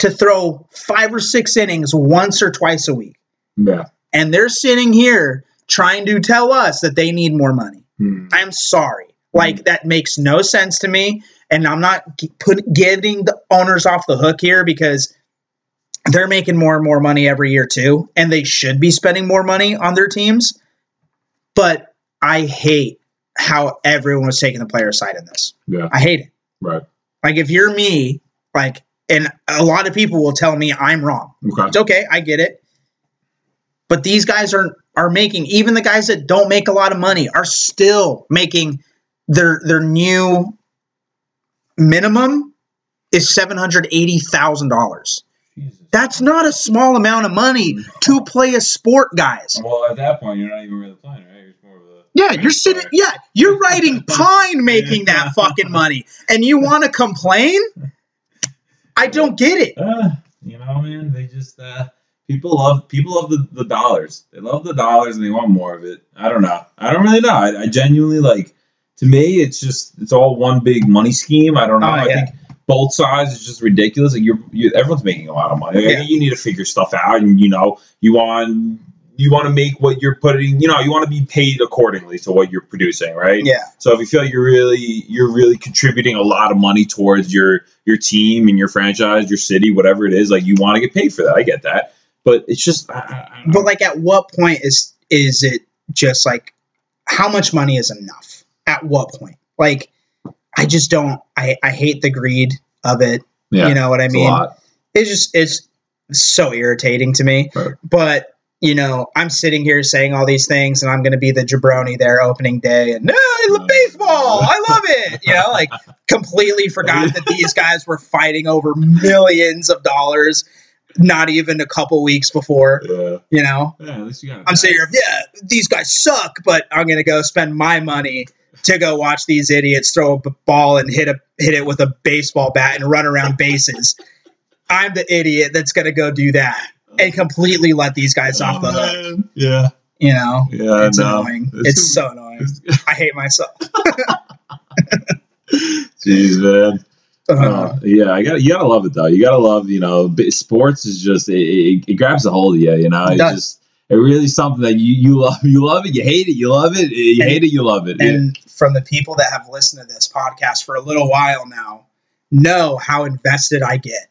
S2: to throw five or six innings once or twice a week
S3: Yeah.
S2: and they're sitting here trying to tell us that they need more money.
S3: Hmm.
S2: I'm sorry. Like that makes no sense to me and I'm not g- put, getting the owners off the hook here because they're making more and more money every year too and they should be spending more money on their teams. But I hate how everyone was taking the player side in this.
S3: Yeah.
S2: I hate it.
S3: Right.
S2: Like if you're me, like and a lot of people will tell me I'm wrong.
S3: Okay.
S2: It's okay, I get it. But these guys are are making even the guys that don't make a lot of money are still making their their new minimum is seven hundred eighty thousand dollars. That's not a small amount of money to play a sport, guys.
S3: Well, at that point, you're not even really playing, right? You're just more of a.
S2: Yeah, you're sitting. Yeah, you're writing pine making that fucking money, and you want to complain? I don't get it.
S3: Uh, you know, man, they just uh, people love people love the, the dollars. They love the dollars and they want more of it. I don't know. I don't really know. I, I genuinely like. To me, it's just it's all one big money scheme. I don't know.
S2: Oh,
S3: I
S2: yeah.
S3: think both sides is just ridiculous. Like you're, you everyone's making a lot of money. Like,
S2: Yeah.
S3: You need to figure stuff out, and you know you want you want to make what you're putting. You know you want to be paid accordingly to what you're producing, right?
S2: Yeah,
S3: So if you feel like you're really you're really contributing a lot of money towards your your team and your franchise, your city, whatever it is, like you want to get paid for that. I get that, but it's just I, I, I don't
S2: but
S3: know.
S2: like at what point is is it just like how much money is enough at what point like i just don't i i hate the greed of it
S3: yeah,
S2: you know what i
S3: it's a
S2: mean
S3: lot.
S2: it's just it's so irritating to me
S3: Right.
S2: but you know i'm sitting here saying all these things and i'm going to be the jabroni there opening day and no I love
S3: No.
S2: baseball i love it you know like completely forgot that these guys were fighting over millions of dollars not even a couple weeks before
S3: Yeah.
S2: you know
S3: yeah, at least you got.
S2: I'm sitting here, yeah, these guys suck, but I'm gonna go spend my money to go watch these idiots throw a b- ball and hit a hit it with a baseball bat and run around bases. I'm the idiot that's gonna go do that and completely let these guys off the
S3: Oh,
S2: hook.
S3: Yeah,
S2: You know,
S3: yeah,
S2: it's
S3: no.
S2: annoying. It's,
S3: It's too-
S2: so annoying. I hate myself.
S3: Jeez, man.
S2: Uh,
S3: Uh, yeah, I got you. Gotta love it though. You gotta love you know b- sports is just it, it, it grabs a hold of you. You know,
S2: It
S3: it
S2: does.
S3: just it really is something that you you love you love it you hate it you love it you
S2: And-
S3: hate it you love it. Yeah.
S2: and from the people that have listened to this podcast for a little while now know how invested i get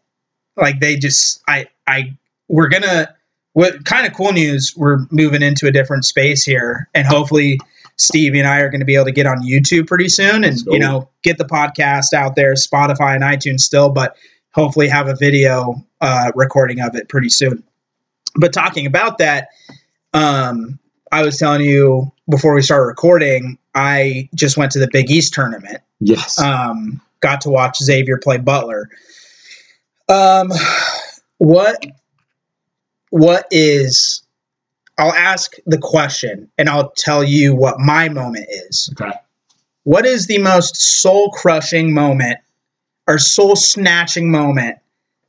S2: like they just i i we're gonna what kind of cool news we're moving into a different space here and hopefully stevie and i are going to be able to get on youtube pretty soon and
S3: Let's go.
S2: you know get the podcast out there spotify and itunes still but hopefully have a video uh, recording of it pretty soon but talking about that Um, I was telling you before we started recording, I just went to the Big East tournament.
S3: Yes.
S2: Um, got to watch Xavier play Butler. Um, what what is? I'll ask the question, and I'll tell you what my moment is.
S3: okay.
S2: What is the most soul crushing moment or soul snatching moment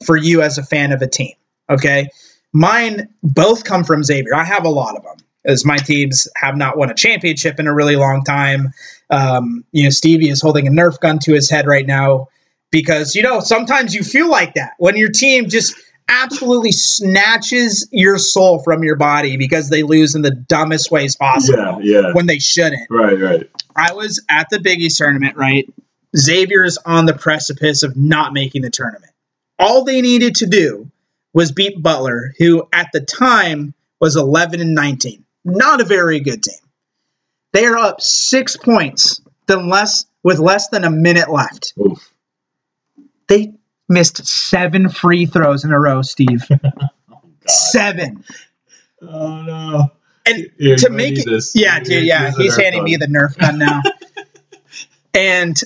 S2: for you as a fan of a team? Okay. Mine both come from Xavier. I have a lot of them as my teams have not won a championship in a really long time. Um, you know, Stevie is holding a Nerf gun to his head right now because, you know, sometimes you feel like that when your team just absolutely snatches your soul from your body because they lose in the dumbest ways possible
S3: Yeah. Yeah.
S2: when they shouldn't.
S3: Right. Right.
S2: I was at the Big East tournament, right? Xavier's on the precipice of not making the tournament. All they needed to do was beat Butler, who at the time was 11 and 19. Not a very good team. They are up six points than less, with less than a minute left.
S3: Oof.
S2: They missed seven free throws in a row, Steve.
S3: God.
S2: seven.
S3: Oh no.
S2: And
S3: Here,
S2: to
S3: you
S2: make
S3: need
S2: it,
S3: this.
S2: yeah,
S3: Here,
S2: dude, yeah,
S3: here's an
S2: he's
S3: Nerf
S2: handing me the
S3: gun.
S2: Nerf gun now. and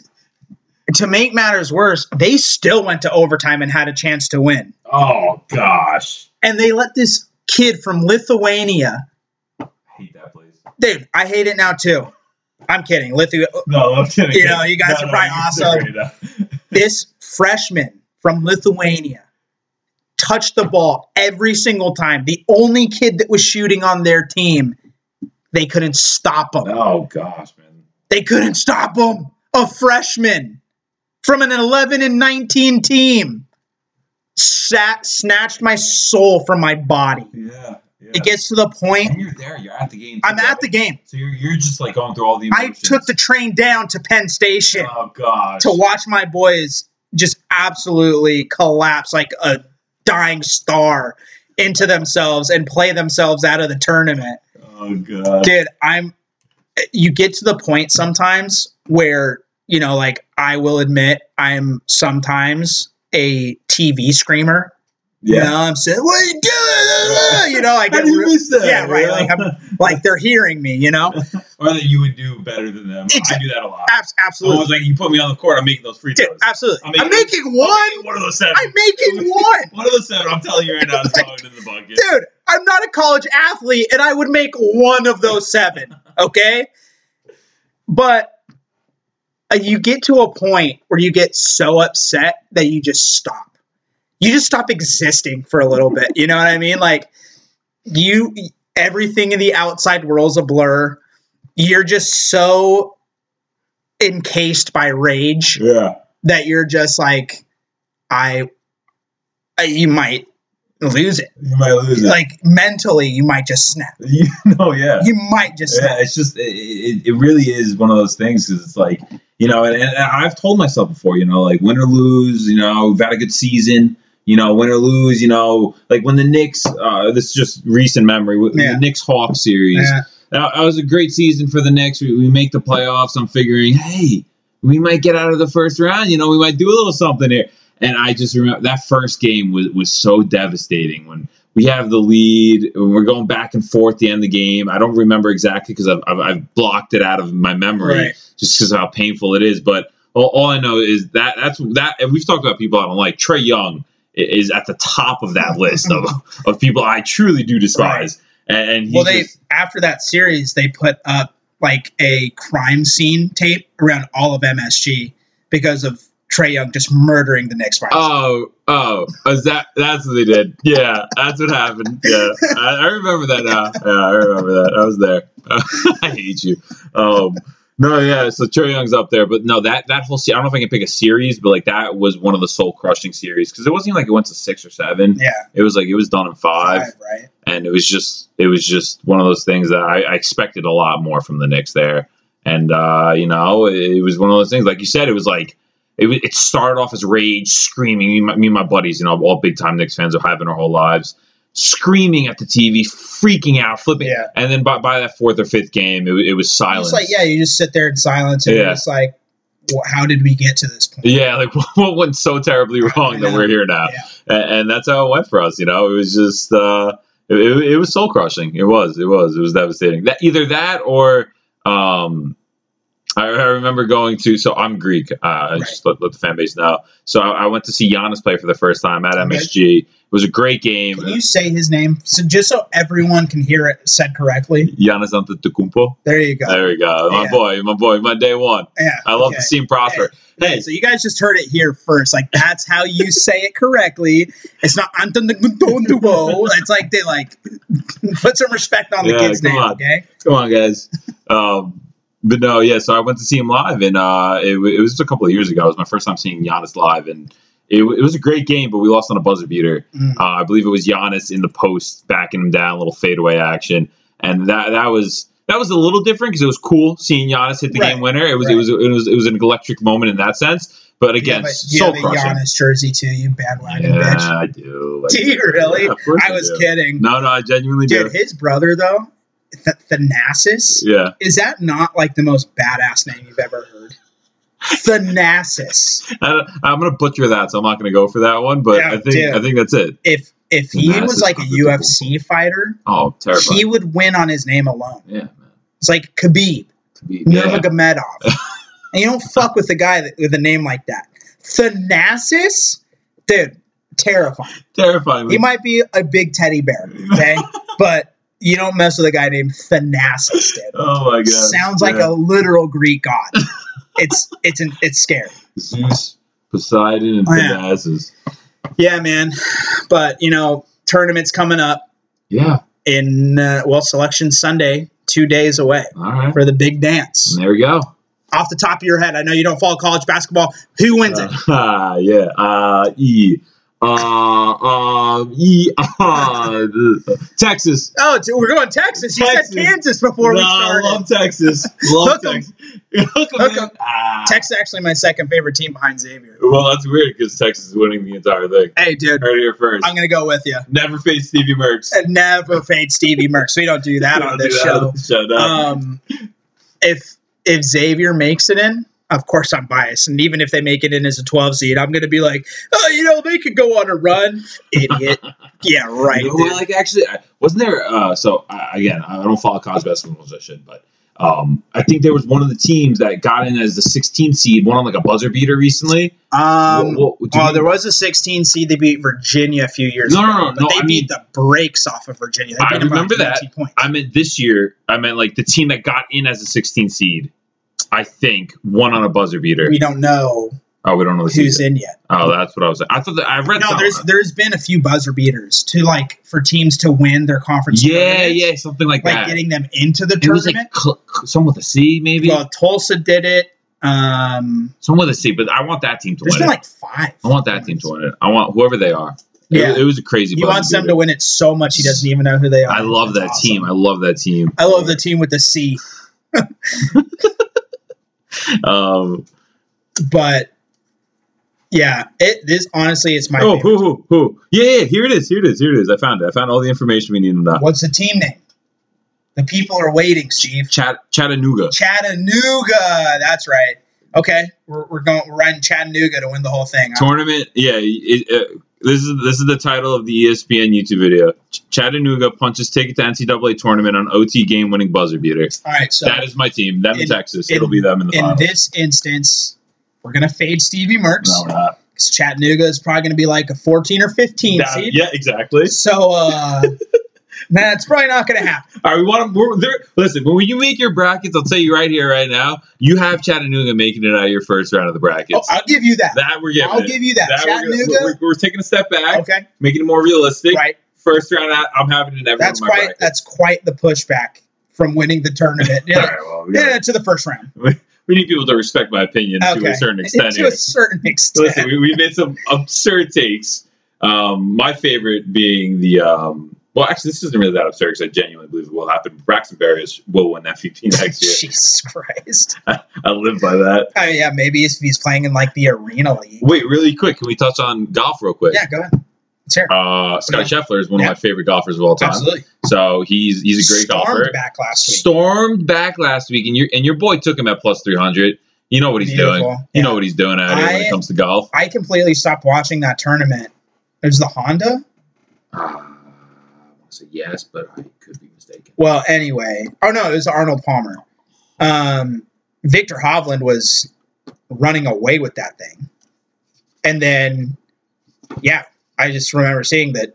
S2: to make matters worse, they still went to overtime and had a chance to win,
S3: Oh gosh.
S2: and they let this kid from Lithuania,
S3: I hate that place.
S2: dude, I hate it now too. I'm kidding, Lithu.
S3: No, I'm kidding.
S2: You know, you guys are probably awesome.
S3: awesome.
S2: This freshman from Lithuania touched the ball every single time. The only kid that was shooting on their team, they couldn't stop him.
S3: Oh gosh, man.
S2: They couldn't stop him. A freshman from an 11 and 19 team sat, snatched my soul from my body.
S3: Yeah. yeah.
S2: It gets to the
S3: and
S2: point
S3: you're there. You're at the game.
S2: I'm at the game.
S3: So you're you're just like going through all the.
S2: I
S3: Emotions.
S2: took the train down to Penn Station
S3: Oh gosh.
S2: to watch my boys just absolutely collapse like a dying star into themselves and play themselves out of the tournament.
S3: Oh god.
S2: dude i'm you get to the point sometimes where you know like i will admit i'm sometimes a tv screamer you know i'm saying what are you doing you know i
S3: How
S2: get
S3: do you
S2: re-
S3: miss that?
S2: yeah, right,
S3: You
S2: like,
S3: know?
S2: like they're hearing me you know
S3: or that you would do better than them. I do
S2: Exactly.
S3: that a lot.
S2: Abs-
S3: Someone was
S2: absolutely
S3: like, "You put me on the court. I'm making those free
S2: dude
S3: throws.
S2: absolutely
S3: I'm
S2: i'm making one
S3: One, one of those seven.
S2: i'm making one
S3: one of those seven. I'm telling you right now, it's
S2: Like,
S3: going in the bucket.
S2: dude i'm not a college athlete and i would make one of those seven okay but uh, you get to a point where you get so upset that you just stop you just stop existing for a little bit you know what i mean like you everything in the outside world's a blur you're just so encased by rage
S3: Yeah.
S2: that you're just like i, I you might lose it
S3: You might lose it.
S2: like mentally you might just snap
S3: you know, yeah.
S2: you might just snap
S3: Yeah, it's just it, it, it really is one of those things because it's like you know, and, and I've told myself before, you know, like win or lose, you know, we've had a good season, you know, win or lose, you know, like when the Knicks, uh, this is just recent memory, with
S2: Yeah.
S3: the Knicks Hawks series,
S2: Yeah.
S3: that, that was a great season for the Knicks. We, we make the playoffs. I'm figuring, hey, we might get out of the first round. You know, we might do a little something here. And I just remember that first game was, was so devastating when we have the lead and we're going back and forth the end of the game. I don't remember exactly because I've, I've, I've blocked it out of my memory
S2: Right.
S3: just because of how painful it is. But all, all I know is that that's that. And we've talked about people I don't like. Trey Young i- is at the top of that list of, of people I truly do despise. And, and he's
S2: well they
S3: just-
S2: after that series they put up like a crime scene tape around all of msg because of trey young just murdering the next virus
S3: Oh, oh, is that that's what they did? Yeah, that's what happened. Yeah, I, I remember that now. Yeah, I remember that. I was there. I hate you. Um, no, yeah. So Trey Young's up there, but no, that that whole se- I don't know if I can pick a series, but like that was one of the soul crushing series because it wasn't even like it went to six or seven.
S2: yeah
S3: It was like it was done in five,
S2: five, right
S3: and it was just it was just one of those things that I, I expected a lot more from the Knicks there, and uh, you know it, it was one of those things like you said it was like it, wa- it started off as rage screaming me and my, me and my buddies you know all big time Knicks fans have been our whole lives screaming at the TV freaking out flipping
S2: Yeah.
S3: and then by, by that fourth or fifth game it, wa- it was silence
S2: it's like yeah you just sit there in silence and
S3: Yeah.
S2: you're just like wh- how did we get to this point
S3: Yeah, like what went so terribly wrong that we're here now,
S2: Yeah.
S3: A- and, that's how it went for us. You know, it was just uh, It, it, it was soul crushing. It was. It was. It was devastating. That either that or um, I, I remember going to. So I'm Greek. Uh, Just let, let the fan base know. So I, I went to see Giannis play for the first time at
S2: Okay.
S3: MSG. It was a great game.
S2: Can you say his name so just so everyone can hear it said correctly?
S3: Giannis Antetokounmpo.
S2: There you go.
S3: There we go. My
S2: Yeah.
S3: boy. My boy. My day one.
S2: Yeah,
S3: I love
S2: okay.
S3: to see him prosper. Hey,
S2: So you guys just heard it here first. Like that's how you say it correctly. It's not Anton de Gondubo. It's like they like put some respect on the
S3: Yeah,
S2: kid's
S3: come
S2: name.
S3: on.
S2: Okay.
S3: Come on, guys. um, but no, yeah. So I went to see him live, and uh, it, wa- it was a couple of years ago. It was my first time seeing Giannis live, and it, wa- it was a great game. But we lost on a buzzer beater.
S2: Mm.
S3: Uh, I believe it was Giannis in the post, backing him down, a little fadeaway action, and that that was that was a little different because it was cool seeing Giannis hit the
S2: Right.
S3: game winner. It was
S2: Right.
S3: it was it was it was an electric moment in that sense. But
S2: You
S3: again,
S2: have a, you
S3: soul
S2: have a
S3: crushing.
S2: Giannis jersey too. You bandwagon
S3: Yeah,
S2: bitch.
S3: I do. I
S2: Do you really?
S3: Yeah, of course
S2: I was
S3: do.
S2: kidding,
S3: No, no, I genuinely
S2: dude.
S3: do.
S2: His brother though, Th- Thanasis.
S3: Yeah.
S2: Is that not like the most badass name you've ever heard? Thanasis.
S3: I, I'm gonna butcher that, so I'm not gonna go for that one. But
S2: Yeah,
S3: I think
S2: dude.
S3: I think that's it.
S2: if if he
S3: Nah, this
S2: was
S3: is
S2: like a
S3: unbelievable.
S2: UFC fighter,
S3: Oh, terrifying!
S2: he would win on his name alone.
S3: yeah, man.
S2: It's like Khabib,
S3: To be- yeah.
S2: Nurmagomedov, and you don't fuck with the guy that, with a name like that. Thanasis, dude, terrifying.
S3: terrifying.
S2: He might be a big teddy bear, okay, but you don't mess with a guy named Thanasis, dude.
S3: oh my god!
S2: Sounds like
S3: yeah.
S2: a literal Greek god. It's it's an, it's scary.
S3: Zeus, Poseidon, and
S2: Oh, yeah.
S3: Thanasis.
S2: Yeah, man. But you know, tournaments coming up
S3: Yeah.
S2: in uh, well, selection Sunday, two days away.
S3: All right.
S2: for the big dance.
S3: There we go.
S2: Off the top of your head, I know you don't follow college basketball. Who wins it?
S3: Uh, yeah. Uh, e. Uh, um, e. Uh, Texas.
S2: Oh, it's, we're going Texas. You
S3: Texas.
S2: said Kansas before
S3: no,
S2: we
S3: I
S2: started.
S3: love Texas. Love
S2: Hook 'em.
S3: Texas. Hook 'em,
S2: Hook
S3: man.
S2: 'em.
S3: Ah.
S2: Texas is actually my second favorite team behind Xavier.
S3: Well, that's weird because Texas is winning the entire thing.
S2: Hey, dude,
S3: Heard it here first.
S2: I'm gonna go with you.
S3: Never face Stevie Merckx.
S2: Never fade Stevie Merckx. We don't do that
S3: We
S2: on
S3: don't do
S2: this
S3: that
S2: show.
S3: on this show, no.
S2: Um, if if Xavier makes it in, of course I'm biased, and even if they make it in as a 12 seed, I'm gonna be like, oh, you know, they could go on a run, idiot. yeah, right.
S3: You know,
S2: dude.
S3: well, like actually, I- wasn't there? Uh, so uh, again, I don't follow college basketball as much as I should, but um, I think there was one of the teams that got in as the 16 seed, one on like a buzzer beater recently.
S2: Um,
S3: Wha- what do
S2: oh,
S3: you-
S2: there was a 16 seed. They beat Virginia a few years
S3: No,
S2: ago.
S3: no, no,
S2: but
S3: no,
S2: They
S3: I
S2: beat
S3: mean-
S2: the brakes off of Virginia. They
S3: I
S2: beat them by
S3: remember that.
S2: 19 Points.
S3: I meant this year. I meant like the team that got in as a 16 seed. I think one on a buzzer beater.
S2: We don't know
S3: oh, we don't know the
S2: who's
S3: season.
S2: in yet.
S3: Oh, that's what I was. I thought that I read.
S2: No,
S3: something.
S2: there's there's been a few buzzer beaters to like for teams to win their conference.
S3: yeah,
S2: tournaments,
S3: yeah, something like,
S2: like
S3: that.
S2: getting them into the
S3: it was like
S2: tournament.
S3: cl- cl- some with a C, maybe
S2: well, Tulsa did it. Um,
S3: some with a C. But I want that team to
S2: there's
S3: win.
S2: been
S3: it.
S2: like five.
S3: I want that team to win it. I want whoever they are. It-
S2: Yeah,
S3: It, was a crazy.
S2: he
S3: buzzer
S2: wants them
S3: beater.
S2: to win it so much he doesn't even know who they are.
S3: I love
S2: That's
S3: that
S2: awesome.
S3: team. I love that team.
S2: I love the team with the C.
S3: Um,
S2: but yeah, it this honestly it's my
S3: oh,
S2: favorite.
S3: who, who, who? Yeah, yeah. Here it is. Here it is. Here it is. I found it. I found all the information we needed. Now.
S2: What's the team name? The people are waiting, Steve.
S3: Chat, Chattanooga.
S2: Chattanooga. That's right. Okay, we're, we're going. We're riding Chattanooga to win the whole thing. huh?
S3: Tournament. Yeah. It, uh, this is this is the title of the E ESPN YouTube video. Ch- Chattanooga punches ticket to NCAA tournament on OT game winning buzzer beater.
S2: All right. So
S3: that is my team. Them
S2: in-
S3: and Texas.
S2: in-
S3: It'll be them in the
S2: in
S3: final.
S2: this instance, we're gonna fade Stevie Merckx
S3: No, we're not.
S2: 'cause Chattanooga is probably gonna be like a fourteen or fifteen
S3: That-
S2: seed.
S3: yeah, exactly.
S2: So uh, that's probably not gonna happen. Oh,
S3: All right, we want to. We're, there, listen, when you make your brackets, I'll tell you right here, right now, you have Chattanooga making it out of your first round of the
S2: Oh,
S3: brackets.
S2: I'll give you that.
S3: that we're giving.
S2: I'll
S3: it.
S2: give you that.
S3: That we're gonna-
S2: Chattanooga.
S3: We're, we're taking a step back,
S2: okay.
S3: making it more realistic.
S2: Right.
S3: First round out, I'm having it in every
S2: That's
S3: one of my
S2: quite that's quite the pushback from winning the tournament.
S3: brackets.
S2: Yeah,
S3: All right, well, we,
S2: yeah.
S3: gotta-
S2: to the first round
S3: we need people to respect my opinion to
S2: Okay.
S3: a certain extent.
S2: to
S3: here.
S2: a certain extent.
S3: Listen, we, we made some absurd takes. Um, my favorite being the. Um, well, actually, this isn't really that absurd because I genuinely believe it will happen. Braxton Berrios will win that MVP next year.
S2: Jesus Christ!
S3: I live by that.
S2: Oh yeah, maybe if he's playing in like the arena league.
S3: Wait, really quick, can we touch on golf real quick?
S2: Yeah, go ahead. It's here.
S3: Uh, Scott Scheffler is one
S2: Yeah.
S3: of my favorite golfers of all time.
S2: Absolutely.
S3: So he's he's a great
S2: Stormed
S3: golfer.
S2: Back last week.
S3: Stormed back last week, and your and your boy took him at plus three hundred. You know what he's doing.
S2: Beautiful.
S3: You
S2: Yeah.
S3: know what he's doing out here when
S2: I-
S3: it comes to golf.
S2: I completely stopped watching that tournament. There's the Honda.
S3: Ah,
S1: say Uh, yes, but I could be mistaken.
S2: Well, anyway, oh no, it was Arnold Palmer. Um, Victor Hovland was running away with that thing, and then yeah, I just remember seeing that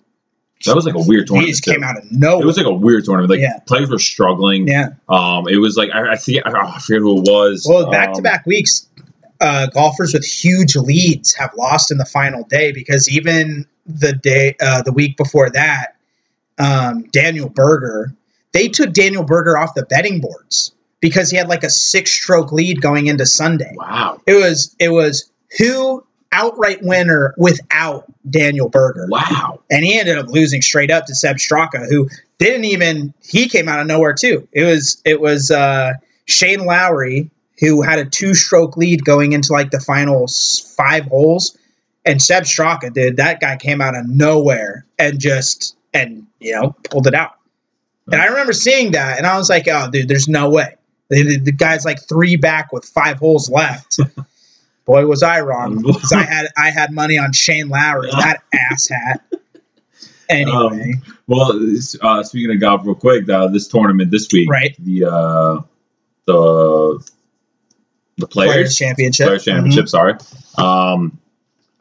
S3: That was like a weird
S2: he
S3: tournament.
S2: just
S3: too.
S2: came out of nowhere.
S3: It was like a weird tournament. Like
S2: Yeah.
S3: players were struggling.
S2: yeah,
S3: Um, it was like I, I think oh, I forget who it was.
S2: well,
S3: Um,
S2: back to back weeks, uh, golfers with huge leads have lost in the final day because even the day uh, the week before that, um, Daniel Berger, they took Daniel Berger off the betting boards because he had like a six stroke lead going into Sunday.
S3: Wow.
S2: It was it was who outright winner without Daniel Berger.
S3: Wow.
S2: And he ended up losing straight up to Seb Straka, who didn't even he came out of nowhere too. It was it was uh, Shane Lowry who had a two stroke lead going into like the final s- five holes, and Seb Straka did that guy came out of nowhere and just and you know pulled it out. And I remember seeing that, and I was like, "Oh, dude, there's no way." The, the- the guy's like three back with five holes left. Boy, was I wrong because I had I had money on Shane Lowry, that asshat. Anyway,
S3: Um, Well, it's, uh, speaking of golf, real quick, uh, this tournament this week,
S2: Right.
S3: The uh, the the
S2: Players
S3: players
S2: Championship. Mm-hmm.
S3: players championship. Sorry, um,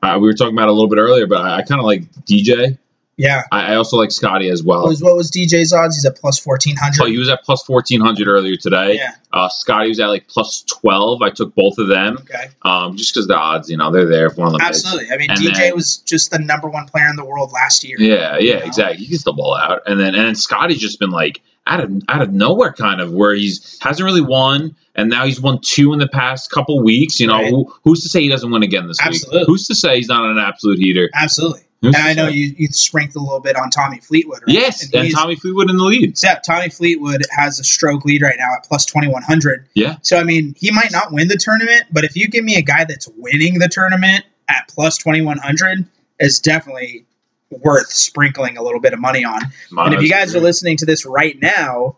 S3: I, we were talking about it a little bit earlier, but I, I kind of like DJ.
S2: Mhm. Yeah.
S3: I, I also like Scotty as well.
S2: What was, what was DJ's odds? He's at plus fourteen
S3: Um, Oh,
S2: hundred.
S3: he was at plus fourteen hundred earlier today.
S2: Yeah.
S3: Uh, Scotty was at like plus twelve. I took both of them
S2: Okay.
S3: um, just because the odds, you know, they're there if one of them. hits.
S2: Absolutely. I mean,
S3: And
S2: DJ
S3: then-
S2: was just the number one player in the world last year.
S3: Yeah,
S2: You
S3: yeah,
S2: know?
S3: exactly. He gets the ball out, and then and then Scotty's just been like out of out of nowhere, kind of where he's hasn't really won, and now he's won two in the past couple weeks. You know,
S2: Right.
S3: who, who's to say he doesn't win again this
S2: Absolutely.
S3: week? Who's to say he's not an absolute heater?
S2: Absolutely.
S3: Who's
S2: and
S3: to
S2: I know
S3: say?
S2: you you sprinkled a little bit on Tommy Fleetwood. Right?
S3: Yes, and,
S2: he's-
S3: Tommy Fleetwood in the lead.
S2: Except Tommy Fleetwood has a stroke lead right now at plus 2100.
S3: Yeah.
S2: So I mean, he might not win the tournament, but if you give me a guy that's winning the tournament at plus 2100 is definitely worth sprinkling a little bit of money on. And if you guys are listening to this right now,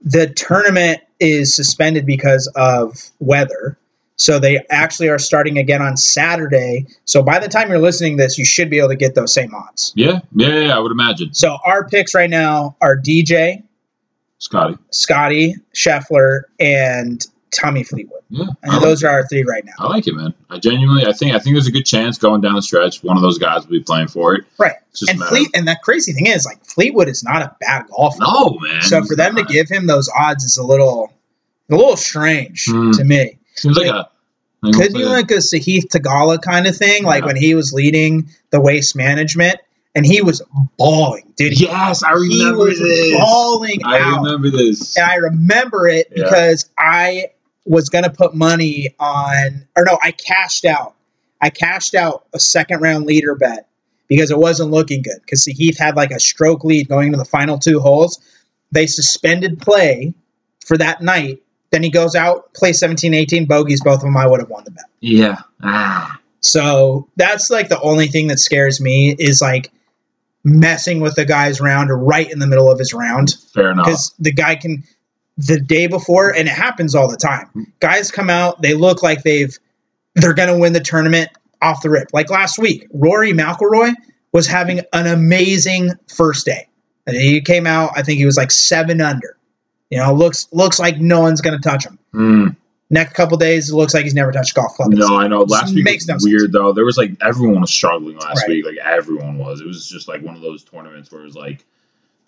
S2: the tournament is suspended because of weather. So they actually are starting again on Saturday. So by the time you're listening to this, you should be able to get those same odds.
S3: yeah, yeah, yeah, I would imagine
S2: So our picks right now are DJ,
S3: Scotty.
S2: Scotty Scheffler, and Tommy Fleetwood.
S3: Yeah, I
S2: And
S3: like-
S2: those are our three right now.
S3: I like it, man. I genuinely, I think, I think there's a good chance going down the stretch, one of those guys will be playing for it.
S2: Right.
S3: It's just a
S2: And
S3: matter
S2: Fleet, and that crazy thing is, like Fleetwood is not a bad
S3: of-
S2: golfer.
S3: no, man.
S2: so for them to
S3: Nah.
S2: give him those odds is a little, a little strange
S3: Hmm.
S2: to me.
S3: seems like a like
S2: Could
S3: a-
S2: be like a Sahith Tagala kind of thing, like
S3: Yeah.
S2: when he was leading the waste management, and he was balling, dude. He-
S3: Yes, I
S2: he
S3: remember
S2: was
S3: this.
S2: balling
S3: I
S2: out.
S3: remember this.
S2: and I remember it
S3: Yeah.
S2: because I was gonna put money on, or no, I cashed out. I cashed out a second round leader bet because it wasn't looking good. Because Heath had like a stroke lead going into the final two holes. They suspended play for that night. Then he goes out, plays 17, 18 bogeys. Both of them, I would have won the bet.
S3: Yeah. Ah.
S2: So that's like the only thing that scares me is like messing with the guy's round or right in the middle of his round
S3: Fair enough.
S2: because the guy can the day before and it happens all the time guys come out they look like they've they're going to win the tournament off the rip like last week rory mcilroy was having an amazing first day And he came out i think he was like seven under you know looks looks like no one's going to touch him
S3: Mm.
S2: next couple days it looks like he's never touched golf club
S3: No, I know. Last week
S2: makes
S3: was
S2: no sense.
S3: weird though. There was like everyone was struggling last
S2: Right.
S3: week. Like everyone was. It was just like one of those tournaments where it was like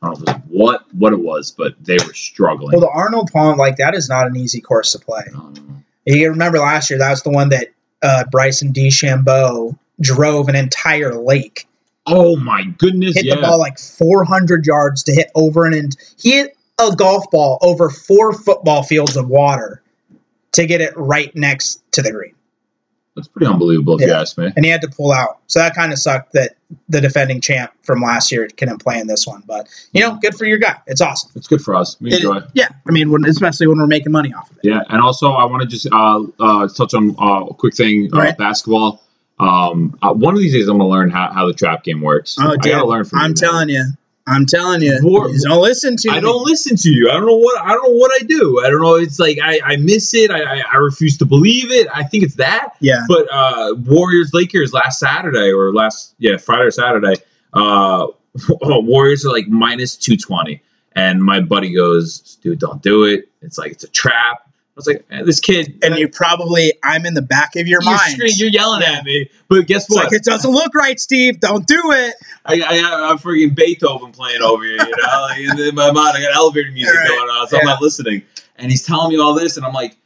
S3: I don't know if it was what what it was, but they were struggling.
S2: well the arnold palm like that is not an easy course to play
S3: Um,
S2: You remember last year, that was the one that uh, Bryson DeChambeau drove an entire lake,
S3: oh my goodness!
S2: hit
S3: yeah.
S2: the ball like 400 yards to hit over an end. He hit a golf ball over four football fields of water to get it right next to the green,
S3: That's pretty unbelievable if you
S2: Yeah.
S3: ask me.
S2: and he had to pull out. So that kind of sucked that the defending champ from last year couldn't play in this one. But you know, good for your guy. It's awesome.
S3: It's good for us. We
S2: It-
S3: enjoy.
S2: yeah, I mean, when, especially when we're making money off of it.
S3: Yeah, and also I want to just uh, uh, touch on uh, a quick thing uh,
S2: Right.
S3: basketball. Um, uh, one of these days I'm gonna learn how, how the trap game works.
S2: Oh,
S3: I
S2: dude,
S3: gotta learn from you.
S2: I'm
S3: man.
S2: telling you, I'm telling you,
S3: War-
S2: you don't listen to.
S3: I
S2: me.
S3: don't listen to you. I don't know what I don't know what I do. I don't know. It's like I, I miss it. I, I I refuse to believe it. I think it's that.
S2: Yeah,
S3: But uh, Warriors Lakers last Saturday or last yeah Friday or Saturday. Uh, Warriors are like minus 220. And my buddy goes, dude, don't do it. It's like, it's a trap. I was like, eh, this kid.
S2: And you probably, I'm in the back of your
S3: you're,
S2: mind.
S3: screaming, you're yelling at me. But guess
S2: it's
S3: what?
S2: like, it doesn't look right, Steve. Don't do it.
S3: I, I, I'm freaking Beethoven playing over here, you know? Like, and in my mind, I got elevator music
S2: Right.
S3: going on, so I'm
S2: Yeah.
S3: not listening. And he's telling me all this, and I'm like,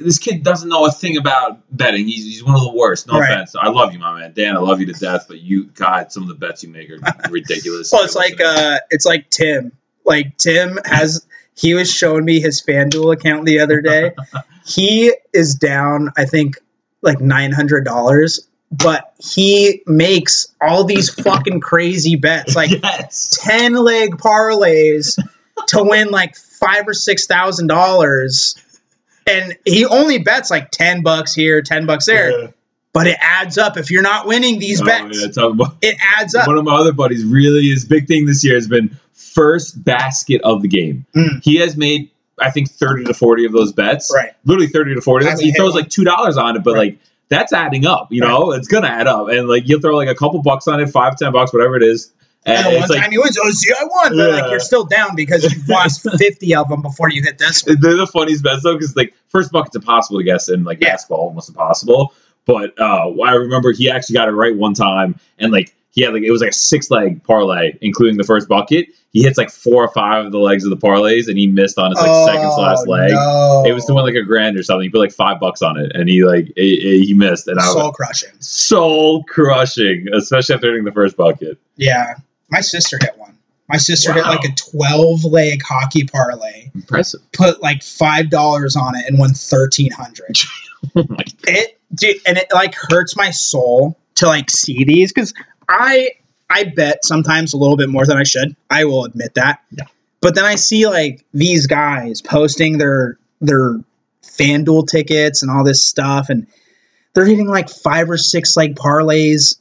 S3: this kid doesn't know a thing about betting. He's, he's one of the worst. No
S2: Right.
S3: offense. I love you, my man. Dan, I love you to death, but you, God, some of the bets you make are ridiculous.
S2: Well, it's like
S3: Listening.
S2: uh, it's like Tim. Like Tim has he was showing me his FanDuel account the other day. he is down, I think, like nine hundred dollars, but he makes all these fucking crazy bets, like
S3: yes.
S2: ten leg parlays to win like five or six thousand dollars. And he only bets like ten bucks here, ten bucks there, but it adds up. If you're not winning these
S3: Oh,
S2: bets,
S3: yeah, talk about-
S2: it adds up.
S3: One of my other buddies really his big thing this year has been first basket of the game.
S2: Mm.
S3: He has made I think thirty to forty of those bets.
S2: Right.
S3: Literally thirty to forty.
S2: Hasn't
S3: he
S2: hit
S3: throws
S2: one.
S3: like two dollars on it, but
S2: Right.
S3: like that's adding up. You know, it's gonna add up, and like you'll throw like a couple bucks on it, five, ten bucks, whatever it is, and,
S2: And the
S3: it's
S2: one
S3: like.
S2: time you wins, oh, see, I won, but
S3: Yeah.
S2: like you're still down because you lost 50 of them before you hit this one.
S3: They're the funniest bets though, because like first bucket's impossible to guess, and like
S2: Yeah.
S3: basketball almost impossible. But uh, I remember he actually got it right one time, and like he had like it was like a six leg parlay, including the first bucket. He hits like four or five of the legs of the parlays, and he missed on his like second
S2: Oh,
S3: to last leg. It was the one like a grand or something. He put like five bucks on it, and he like it, it- he missed, and I was
S2: soul crushing.
S3: soul crushing, especially after hitting the first bucket.
S2: Yeah. My sister hit one. My sister hit
S3: Wow.
S2: like a 12 leg hockey parlay,
S3: Impressive.
S2: put like $5 on it, and won 1300
S3: Oh my God.
S2: It, dude, and it like hurts my soul to like see these because I, I bet sometimes a little bit more than I should. I will admit that.
S3: Yeah.
S2: But then I see like these guys posting their their FanDuel tickets and all this stuff, and they're hitting like five or six like parlays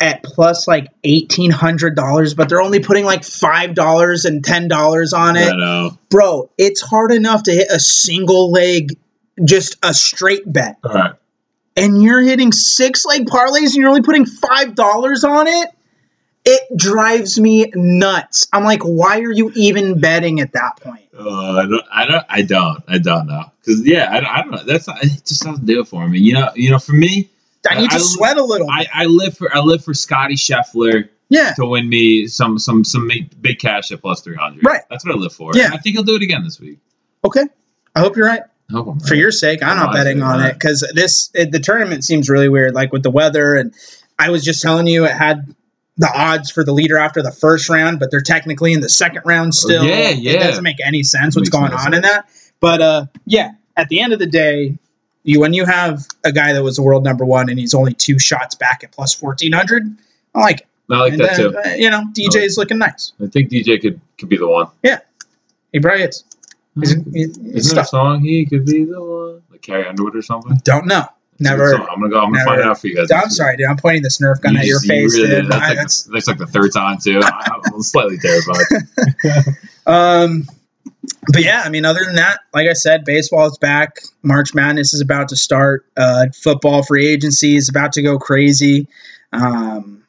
S2: at plus like eighteen hundred dollars, but they're only putting like five dollars and ten dollars on it
S3: I know.
S2: bro, it's hard enough to hit a single leg, just a straight bet,
S3: All right.
S2: and you're hitting six leg parlays and you're only putting five dollars on it. It drives me nuts. I'm like, why are you even betting at that point?
S3: Uh, I don't, I don't, I don't, I don't know. Cause yeah, I, don't- I don't know. That's not, it just doesn't do it for me. You know, you know, for me,
S2: I need
S3: I-
S2: to
S3: I-
S2: sweat a little.
S3: I, I live for, I live for Scotty Scheffler
S2: yeah,
S3: to win me some, some, some big, big cash at plus 300.
S2: Right.
S3: That's what I live for.
S2: Yeah.
S3: And I think he'll do it again this week.
S2: okay. I hope you're right.
S3: I hope I'm
S2: For
S3: right.
S2: your sake, I'm not
S3: Otherwise,
S2: betting on
S3: uh,
S2: it because this it, the tournament seems really weird, like with the weather. And I was just telling you, it had the odds for the leader after the first round, but they're technically in the second round still.
S3: Oh, yeah, yeah.
S2: It doesn't make any sense what's
S3: Makes
S2: going
S3: no
S2: on in that. But uh, yeah, at the end of the day, you when you have a guy that was the world number one and he's only two shots back at plus fourteen hundred, I like it.
S3: I like
S2: And
S3: that
S2: then,
S3: too.
S2: uh, you know, DJ's looking nice.
S3: I think DJ could, could be the one.
S2: He probably is. He's, he's, he's
S3: Isn't there a
S2: stuck.
S3: song? He could be the one. Like Carrie Underwood or something. It's
S2: Don't know.
S3: a good
S2: Never.
S3: song. I'm gonna go. I'm gonna
S2: Never.
S3: find it out for you guys.
S2: I'm
S3: next week.
S2: sorry, dude. I'm pointing this Nerf gun
S3: You
S2: at your
S3: just- you
S2: face,
S3: really did.
S2: dude.
S3: That's,
S2: I-
S3: like,
S2: that's-
S3: that's like the third time too. I, I'm slightly terrified.
S2: um, but yeah, I mean, other than that, like I said, baseball is back. March Madness is about to start. Uh, football free agency is about to go crazy. Um,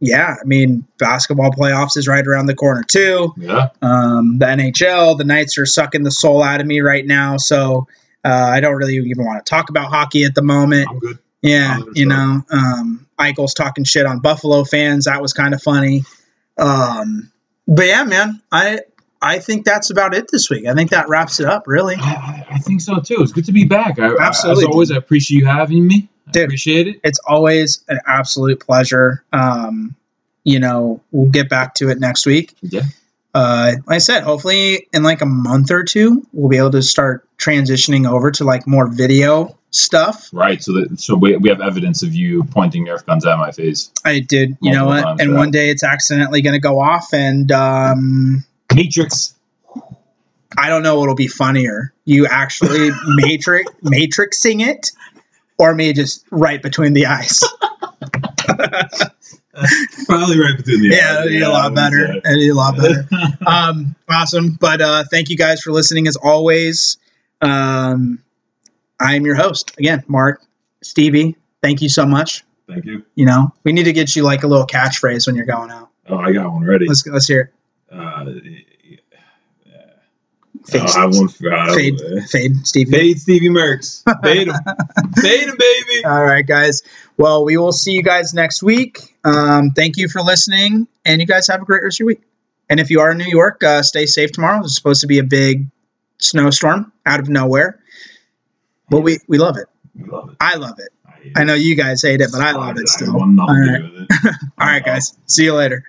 S2: yeah, I mean, basketball playoffs is right around the corner too.
S3: Yeah.
S2: Um, the NHL, the Knights are sucking the soul out of me right now, so uh, I don't really even want to talk about hockey at the moment.
S3: I'm good.
S2: Yeah,
S3: Others
S2: you
S3: are-
S2: know, um, Eichel's talking shit on Buffalo fans. That was kind of funny. Um, but yeah, man, I I think that's about it this week. I think that wraps it up, really.
S3: I, I- I think so too. It's good to be back. I,
S2: Absolutely.
S3: Absolutely. As always, I appreciate you having me. I
S2: Dude.
S3: appreciate it.
S2: It's always an absolute pleasure. Um, you know, we'll get back to it next week.
S3: Yeah.
S2: Uh, like I said, hopefully in like a month or two, we'll be able to start transitioning over to like more video stuff.
S3: Right. So that so we, we have evidence of you pointing Nerf guns at my face.
S2: I did, you know
S3: Multiple
S2: what?
S3: times,
S2: And
S3: yeah.
S2: one day it's accidentally going to go off, and um,
S3: Matrix.
S2: I don't know what'll be funnier. You actually matrix matrixing it or me just right between the eyes.
S3: Probably right between the
S2: Yeah, that'd be a lot better. That'd be a lot better. Um, awesome. But uh, thank you guys for listening as always. Um, I am your host again, Mark Stevie. Thank you so much.
S3: Thank you.
S2: You know, we need to get you like a little catchphrase when you're going out.
S3: Oh, I got one ready.
S2: Let's go. Let's hear
S3: Uh,
S2: it. Fade,
S3: Oh, I won't. Uh,
S2: fade, fade, Steve.
S3: fade Stevie Merckx. Fade him. fade him, baby.
S2: All right, guys. Well, we will see you guys next week. Um, thank you for listening, and you guys have a great rest of your week. And if you are in New York, uh, stay safe tomorrow. It's supposed to be a big snowstorm out of nowhere, but we we love it.
S3: We love it.
S2: I love it.
S3: hate
S2: I
S3: it.
S2: know you guys hate it, but I love
S3: I
S2: it still.
S3: want nothing
S2: All
S3: to
S2: right.
S3: do with it.
S2: All right, guys. See you later.